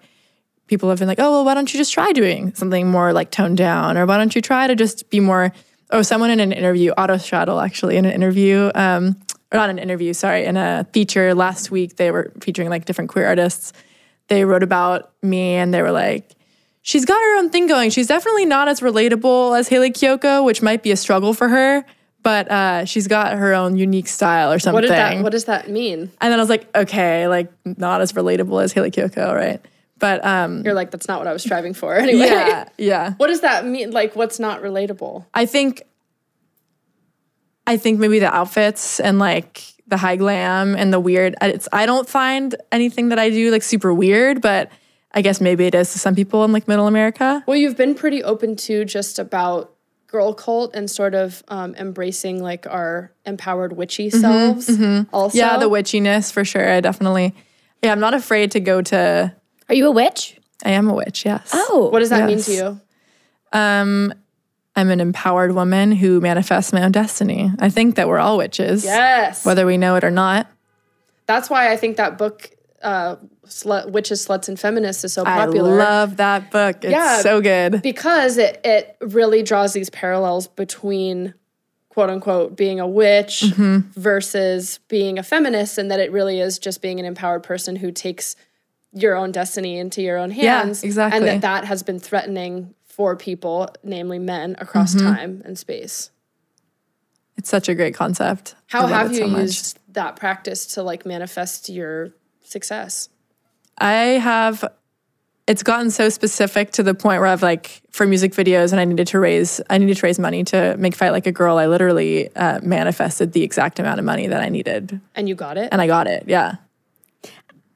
Speaker 4: people have been like, oh well, why don't you just try doing something more like toned down, or why don't you try to just be more? Oh, someone in an interview, Auto Shuttle actually in an interview, um, or not an interview, sorry, in a feature last week, they were featuring like different queer artists. They wrote about me and they were like, she's got her own thing going. She's definitely not as relatable as Haley Kyoko, which might be a struggle for her, but uh, she's got her own unique style or something.
Speaker 2: What did that? What does that mean?
Speaker 4: and then I was like, okay, like not as relatable as Haley Kyoko, right? But um,
Speaker 2: You're like, that's not what I was striving for. Anyway,
Speaker 4: yeah, yeah.
Speaker 2: what does that mean? Like, what's not relatable?
Speaker 4: I think I think maybe the outfits and like the high glam and the weird it's I don't find anything that I do like super weird, but I guess maybe it is to some people in like middle America.
Speaker 2: Well, you've been pretty open to just about girl cult and sort of um, embracing like our empowered witchy selves. Also,
Speaker 4: Mm-hmm, Yeah, the witchiness for sure. I definitely Yeah, I'm not afraid to go to
Speaker 1: Are you a witch?
Speaker 4: I am a witch, yes.
Speaker 1: Oh,
Speaker 2: What does that mean
Speaker 4: Yes.
Speaker 2: to you?
Speaker 4: Um I'm an empowered woman who manifests my own destiny. I think that we're all witches.
Speaker 2: Yes,
Speaker 4: Whether we know it or not.
Speaker 2: that's why I think that book, uh, Slut, "Witches, Sluts, and Feminists," is so
Speaker 4: I
Speaker 2: popular.
Speaker 4: love that book. It's
Speaker 2: Yeah,
Speaker 4: so good.
Speaker 2: because it it really draws these parallels between quote unquote being a witch versus being a feminist and that it really is just being an empowered person who takes your own destiny into your own hands
Speaker 4: exactly.
Speaker 2: and that that has been threatening for people namely men across time and space
Speaker 4: It's such a great concept. I
Speaker 2: how
Speaker 4: love
Speaker 2: have you
Speaker 4: it so much.
Speaker 2: used that practice to like manifest your success
Speaker 4: I have. It's gotten so specific to the point where I've like for music videos, and I needed to raise. I needed to raise money to make fight like a girl. I literally uh, manifested the exact amount of money that I needed,
Speaker 2: and you got it
Speaker 4: and I got it. Yeah.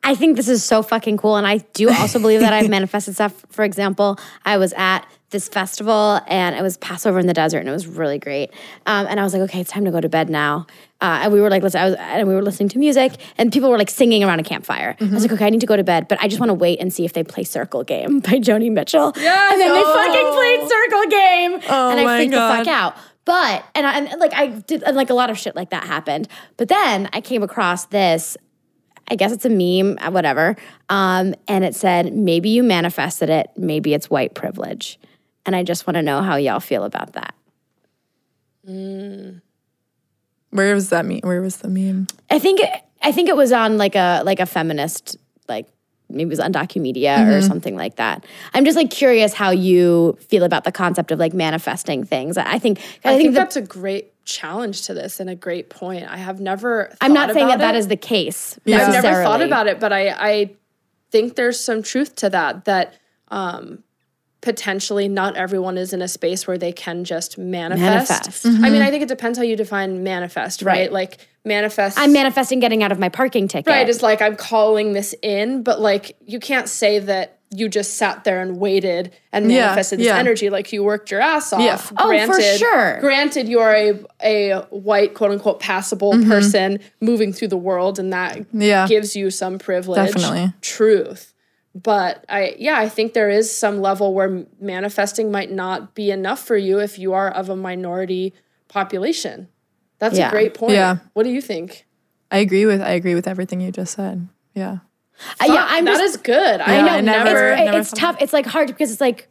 Speaker 1: I think this is so fucking cool. And I do also believe that I've manifested stuff. For example, I was at this festival and it was Passover in the desert and it was really great. Um, and I was like, okay, it's time to go to bed now. Uh, and we were like, listen, I was, and we were listening to music and people were like singing around a campfire. I was like, okay, I need to go to bed, but I just want to wait and see if they play Circle Game by Joni Mitchell. Yeah, And then they fucking played Circle Game. and I
Speaker 4: my
Speaker 1: freaked the fuck
Speaker 4: God.
Speaker 1: out out. But and, I, and like I did, and like a lot of shit like that happened. But then I came across this. I guess it's a meme, uh, whatever. Um, and it said, "Maybe you manifested it. Maybe it's white privilege." And I just want to know how y'all feel about that.
Speaker 4: Where was that meme? Where was the meme?
Speaker 1: I think it, I think it was on like a like a feminist like maybe it was on Documedia or something like that. I'm just like curious how you feel about the concept of like manifesting things. I I think I,
Speaker 2: I think
Speaker 1: think, that
Speaker 2: that's a great challenge to this and a great point. I have never.
Speaker 1: I'm not
Speaker 2: thought
Speaker 1: saying that
Speaker 2: about
Speaker 1: that
Speaker 2: it.
Speaker 1: is the case.
Speaker 4: Yeah.
Speaker 2: I've never thought
Speaker 1: necessarily.
Speaker 2: about it, but I, I think there's some truth to that. That um, potentially not everyone is in a space where they can just manifest.
Speaker 1: Manifest. Mm-hmm.
Speaker 2: I mean, I think it depends how you define manifest, right?
Speaker 1: Right.
Speaker 2: Like manifest.
Speaker 1: I'm manifesting getting out of my parking ticket.
Speaker 2: Right, it's like I'm calling this in, but like you can't say that you just sat there and waited and
Speaker 4: Yeah,
Speaker 2: manifested this
Speaker 4: yeah.
Speaker 2: energy. Like you worked your ass off.
Speaker 4: Yeah.
Speaker 1: Oh, for sure.
Speaker 2: Granted, you are a a white quote unquote passable
Speaker 1: Mm-hmm.
Speaker 2: person moving through the world, and that
Speaker 4: Yeah.
Speaker 2: gives you some privilege.
Speaker 4: Definitely.
Speaker 2: truth. But I yeah, I think there is some level where manifesting might not be enough for you if you are of a minority population. That's
Speaker 1: Yeah.
Speaker 2: a great point.
Speaker 4: Yeah.
Speaker 2: What do you think?
Speaker 4: I agree with. I agree with everything you just said. Yeah.
Speaker 1: Uh, yeah, I'm
Speaker 2: That
Speaker 1: just,
Speaker 2: is good. I
Speaker 4: Yeah,
Speaker 2: know.
Speaker 4: I
Speaker 1: it's-
Speaker 4: never-
Speaker 1: it's,
Speaker 4: never
Speaker 1: it's
Speaker 4: thought
Speaker 1: tough. It's like hard because it's like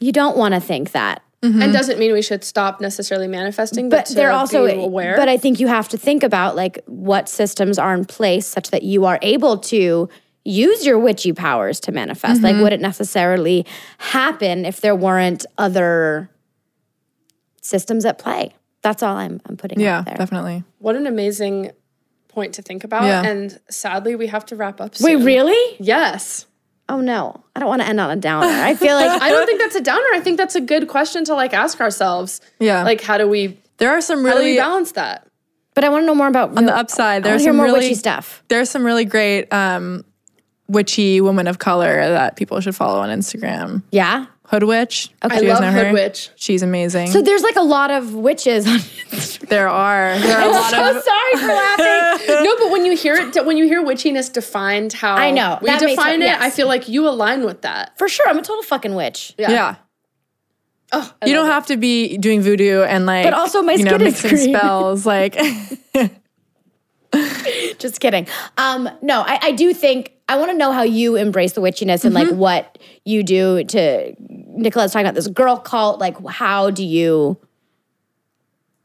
Speaker 1: you don't want to think that.
Speaker 2: and doesn't mean we should stop necessarily manifesting, but,
Speaker 1: but
Speaker 2: to
Speaker 1: they're also
Speaker 2: be aware.
Speaker 1: But I think you have to think about like what systems are in place such that you are able to use your witchy powers to manifest.
Speaker 2: Mm-hmm.
Speaker 1: Like, would it necessarily happen if there weren't other systems at play? That's all I'm, I'm putting
Speaker 4: Yeah,
Speaker 1: out there.
Speaker 4: definitely.
Speaker 2: what an amazing point to think about.
Speaker 4: Yeah.
Speaker 2: And sadly, we have to wrap up.
Speaker 1: Wait,
Speaker 2: Soon.
Speaker 1: really?
Speaker 2: Yes.
Speaker 1: Oh no, I don't want to end on a downer. I feel like
Speaker 2: I don't think that's a downer. I think that's a good question to like ask ourselves.
Speaker 4: Yeah.
Speaker 2: Like, how do we
Speaker 4: There are some
Speaker 2: how do we
Speaker 4: really on
Speaker 2: balance that?
Speaker 1: But I want to know more about on
Speaker 4: the upside. There's
Speaker 1: hear
Speaker 4: some
Speaker 1: more
Speaker 4: really
Speaker 1: witchy stuff.
Speaker 4: There's some really great um, witchy women of color that people should follow on Instagram.
Speaker 1: Yeah.
Speaker 4: Hood Witch. Okay.
Speaker 2: I love Hood Witch.
Speaker 4: She's amazing.
Speaker 1: So there's like a lot of witches. On-
Speaker 4: there are there are a lot
Speaker 1: I'm
Speaker 4: of
Speaker 1: so sorry for laughing.
Speaker 2: no, but when you hear it, when you hear witchiness defined how
Speaker 1: I know.
Speaker 2: we
Speaker 1: That makes
Speaker 2: define
Speaker 1: sense.
Speaker 2: it,
Speaker 1: Yes.
Speaker 2: I feel like you align with that.
Speaker 1: For sure, I'm a total fucking witch.
Speaker 4: yeah.
Speaker 2: Oh, I
Speaker 4: You don't
Speaker 2: love
Speaker 4: have to be doing voodoo and like,
Speaker 1: But also my
Speaker 4: you know,
Speaker 1: skin is
Speaker 4: mixing
Speaker 1: green.
Speaker 4: spells. Like,
Speaker 1: Just kidding. Um, no, I, I do think I want to know how you embrace the witchiness and like
Speaker 4: Mm-hmm.
Speaker 1: what you do to Nicola's talking about this girl cult. Like, how do you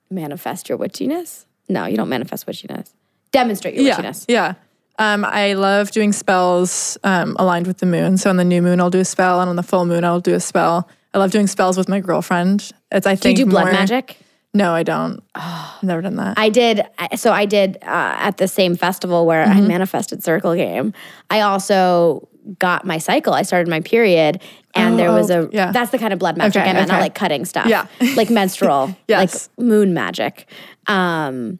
Speaker 1: manifest your witchiness? No, you don't manifest witchiness. Demonstrate your
Speaker 4: yeah,
Speaker 1: witchiness.
Speaker 4: yeah. Um, I love doing spells um, aligned with the moon. So on the new moon, I'll do a spell, and on the full moon, I'll do a spell. I love doing spells with my girlfriend. It's I
Speaker 1: Do you
Speaker 4: think
Speaker 1: do blood
Speaker 4: more-
Speaker 1: magic? Ah.
Speaker 4: No, I don't. I've never done that.
Speaker 1: I did. I- So I did uh, at the same festival where I
Speaker 4: Mm-hmm.
Speaker 1: manifested Circle Game. I also got my cycle. I started my period, and there was
Speaker 4: Oh,
Speaker 1: a.
Speaker 4: yeah.
Speaker 1: That's the kind of blood magic
Speaker 4: Okay,
Speaker 1: I meant, not
Speaker 4: okay.
Speaker 1: like cutting stuff.
Speaker 4: Yeah.
Speaker 1: like menstrual.
Speaker 4: Yes.
Speaker 1: like moon magic. Um,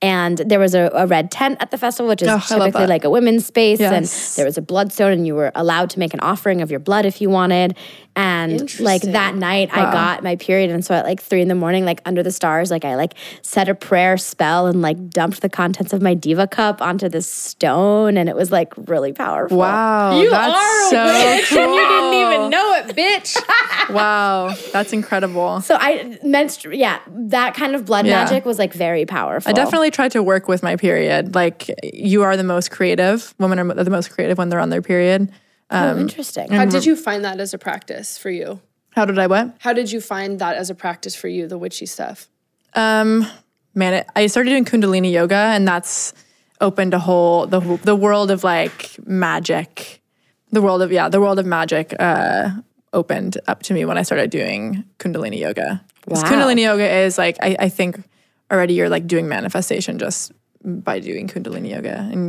Speaker 1: and there was a, a red tent at the festival, which is
Speaker 4: Oh, I love
Speaker 1: typically
Speaker 4: that.
Speaker 1: like a women's space.
Speaker 4: Yes.
Speaker 1: And there was a bloodstone, and you were allowed to make an offering of your blood if you wanted. And like that night, I got my period, and so at like three in the morning, like under the stars, like I like said a prayer spell and like dumped the contents of my diva cup onto this stone, and it was like really powerful.
Speaker 4: wow,
Speaker 2: You
Speaker 4: that's
Speaker 2: are a
Speaker 4: so cool.
Speaker 2: You didn't
Speaker 1: Oh.
Speaker 2: even know it, bitch.
Speaker 4: Wow, that's incredible.
Speaker 1: So I menstru- yeah, that kind of blood
Speaker 4: Yeah.
Speaker 1: magic was like very powerful.
Speaker 4: I definitely try to work with my period. Like you are the most creative. Women are the most creative when they're on their period.
Speaker 1: oh, interesting.
Speaker 2: How did you find that as a practice for you?
Speaker 4: How did I what?
Speaker 2: How did you find that as a practice for you, the witchy stuff?
Speaker 4: Um, man, it, I started doing Kundalini yoga, and that's opened a whole the whole- the world of like magic, the world of yeah, the world of magic. Uh, opened up to me when I started doing Kundalini yoga. 'Cause
Speaker 1: Wow.
Speaker 4: Kundalini yoga is like I, I think already you're like doing manifestation just by doing Kundalini yoga and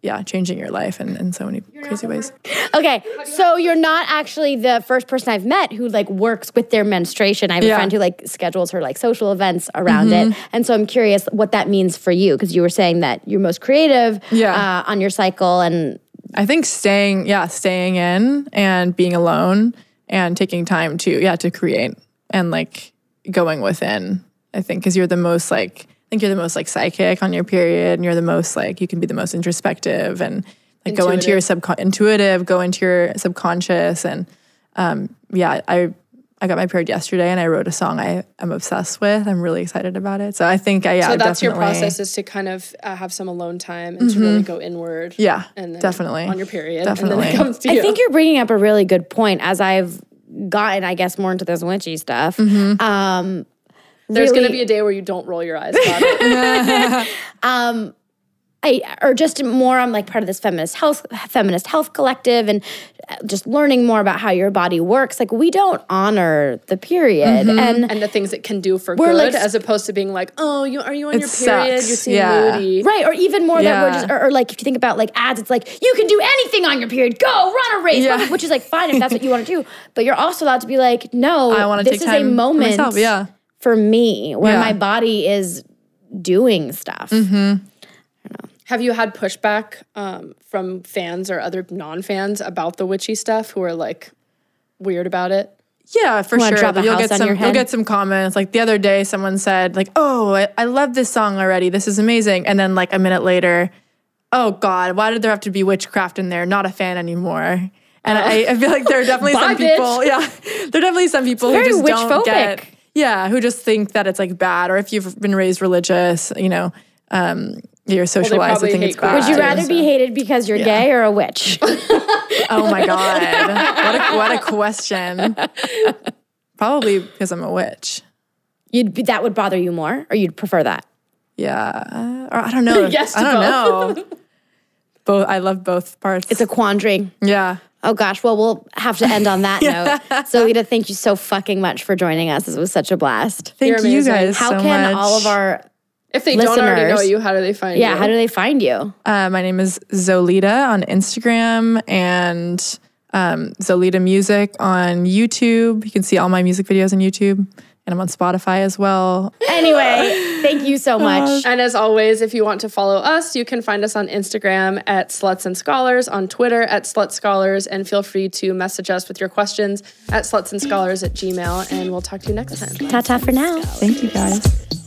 Speaker 4: yeah, changing your life in, in so many crazy ways.
Speaker 1: Okay, so you're not actually the first person I've met who like works with their menstruation. I have a
Speaker 4: Yeah. Mm-hmm.
Speaker 1: friend who like schedules her like social events around it, and so I'm curious what that means for you because you were saying that you're most creative,
Speaker 4: Yeah.
Speaker 1: uh, on your cycle, and
Speaker 4: I think staying, yeah, staying in and being alone and taking time to, yeah, to create and like going within. I think because you're the most like, I think you're the most like psychic on your period, and you're the most like you can be the most introspective and like go into your subcon intuitive, go into your subconscious, and um, yeah, I I got my period yesterday, and I wrote a song I am obsessed with. I'm really excited about it. So I think I yeah,
Speaker 2: So that's your
Speaker 4: definitely-
Speaker 2: process is to kind of uh, have some alone time and to really
Speaker 1: Mm-hmm.
Speaker 2: go inward.
Speaker 4: Yeah,
Speaker 2: and then
Speaker 4: definitely.
Speaker 2: on your period. and then
Speaker 4: Definitely.
Speaker 2: it comes to
Speaker 1: I
Speaker 2: you.
Speaker 1: think you're bringing up a really good point. As I've gotten, I guess, more into this witchy stuff,
Speaker 4: Mm-hmm.
Speaker 1: um,
Speaker 2: there's going to
Speaker 1: really-
Speaker 2: be a day where you don't roll your eyes about it.
Speaker 1: I, or just more I'm like part of this feminist health feminist health collective and uh, just learning more about how your body works like we don't honor the period
Speaker 4: Mm-hmm.
Speaker 1: and
Speaker 2: and the things it can do for
Speaker 1: We're, like,
Speaker 2: good, as opposed to being like, oh, you are you on your period?
Speaker 4: sucks.
Speaker 2: You seem
Speaker 4: Yeah.
Speaker 2: moody.
Speaker 1: Right, or even more that we're
Speaker 4: Yeah.
Speaker 1: just, or, or, like if you think about like ads, it's like you can do anything on your period. Go run a race,
Speaker 4: Yeah.
Speaker 1: run a-" which is like fine if that's what you want to do. But you're also allowed to be like, no,
Speaker 4: I want to
Speaker 1: this
Speaker 4: take
Speaker 1: is
Speaker 4: time
Speaker 1: a moment
Speaker 4: for myself. Yeah.
Speaker 1: for me where
Speaker 4: Yeah. Mm-hmm.
Speaker 1: my body is doing stuff.
Speaker 2: Have you had pushback um, from fans or other non-fans about the witchy stuff who are like weird about it?
Speaker 4: Yeah, for
Speaker 1: Wanna
Speaker 4: sure.
Speaker 1: drop a
Speaker 4: but you'll
Speaker 1: house
Speaker 4: get
Speaker 1: on
Speaker 4: some
Speaker 1: your
Speaker 4: you'll
Speaker 1: head?
Speaker 4: get some comments. Like the other day someone said, like, oh, I, I love this song already. This is amazing. And then like a minute later, oh God, why did there have to be witchcraft in there? Not a fan anymore. And I, I feel like there are definitely some
Speaker 1: Bye, bitch.
Speaker 4: people. Yeah. There are definitely some people who
Speaker 1: very
Speaker 4: just
Speaker 1: witch-phobic.
Speaker 4: don't get yeah, who just think that it's like bad, or if you've been raised religious, you know, um, you're socialized
Speaker 2: probably
Speaker 4: to think
Speaker 2: hate
Speaker 4: it's
Speaker 2: Christians.
Speaker 4: bad.
Speaker 1: Would you rather be hated because you're gay or a witch?
Speaker 4: Oh my god! what, a, what a question. Probably because I'm a witch.
Speaker 1: You'd be, that would bother you more, or you'd prefer that.
Speaker 4: Yeah. Or I don't know.
Speaker 2: Yes
Speaker 4: I
Speaker 2: to
Speaker 4: don't know. both. I love both parts.
Speaker 1: It's a quandary.
Speaker 4: yeah.
Speaker 1: Oh gosh. Well, we'll have to end on that note. Zolita, thank you so fucking much for joining us. This was such a blast.
Speaker 4: Thank
Speaker 2: You're
Speaker 4: you
Speaker 2: amazing.
Speaker 4: guys
Speaker 1: How
Speaker 4: so
Speaker 1: can
Speaker 4: much.
Speaker 1: all of our
Speaker 2: If they don't already know
Speaker 1: Listeners.
Speaker 2: you, how do they find
Speaker 1: yeah?
Speaker 2: you?
Speaker 1: How do they find you?
Speaker 4: Uh, my name is Zolita on Instagram and um, Zolita Music on YouTube. You can see all my music videos on YouTube, and I'm on Spotify as well.
Speaker 1: Anyway, thank you so
Speaker 4: Uh,
Speaker 1: much.
Speaker 2: And as always, if you want to follow us, you can find us on Instagram at Sluts and Scholars, on Twitter at Slut Scholars, and feel free to message us with your questions at slutsandscholars at gmail. And we'll talk to you next time.
Speaker 1: Ta ta for now.
Speaker 4: Thank you guys.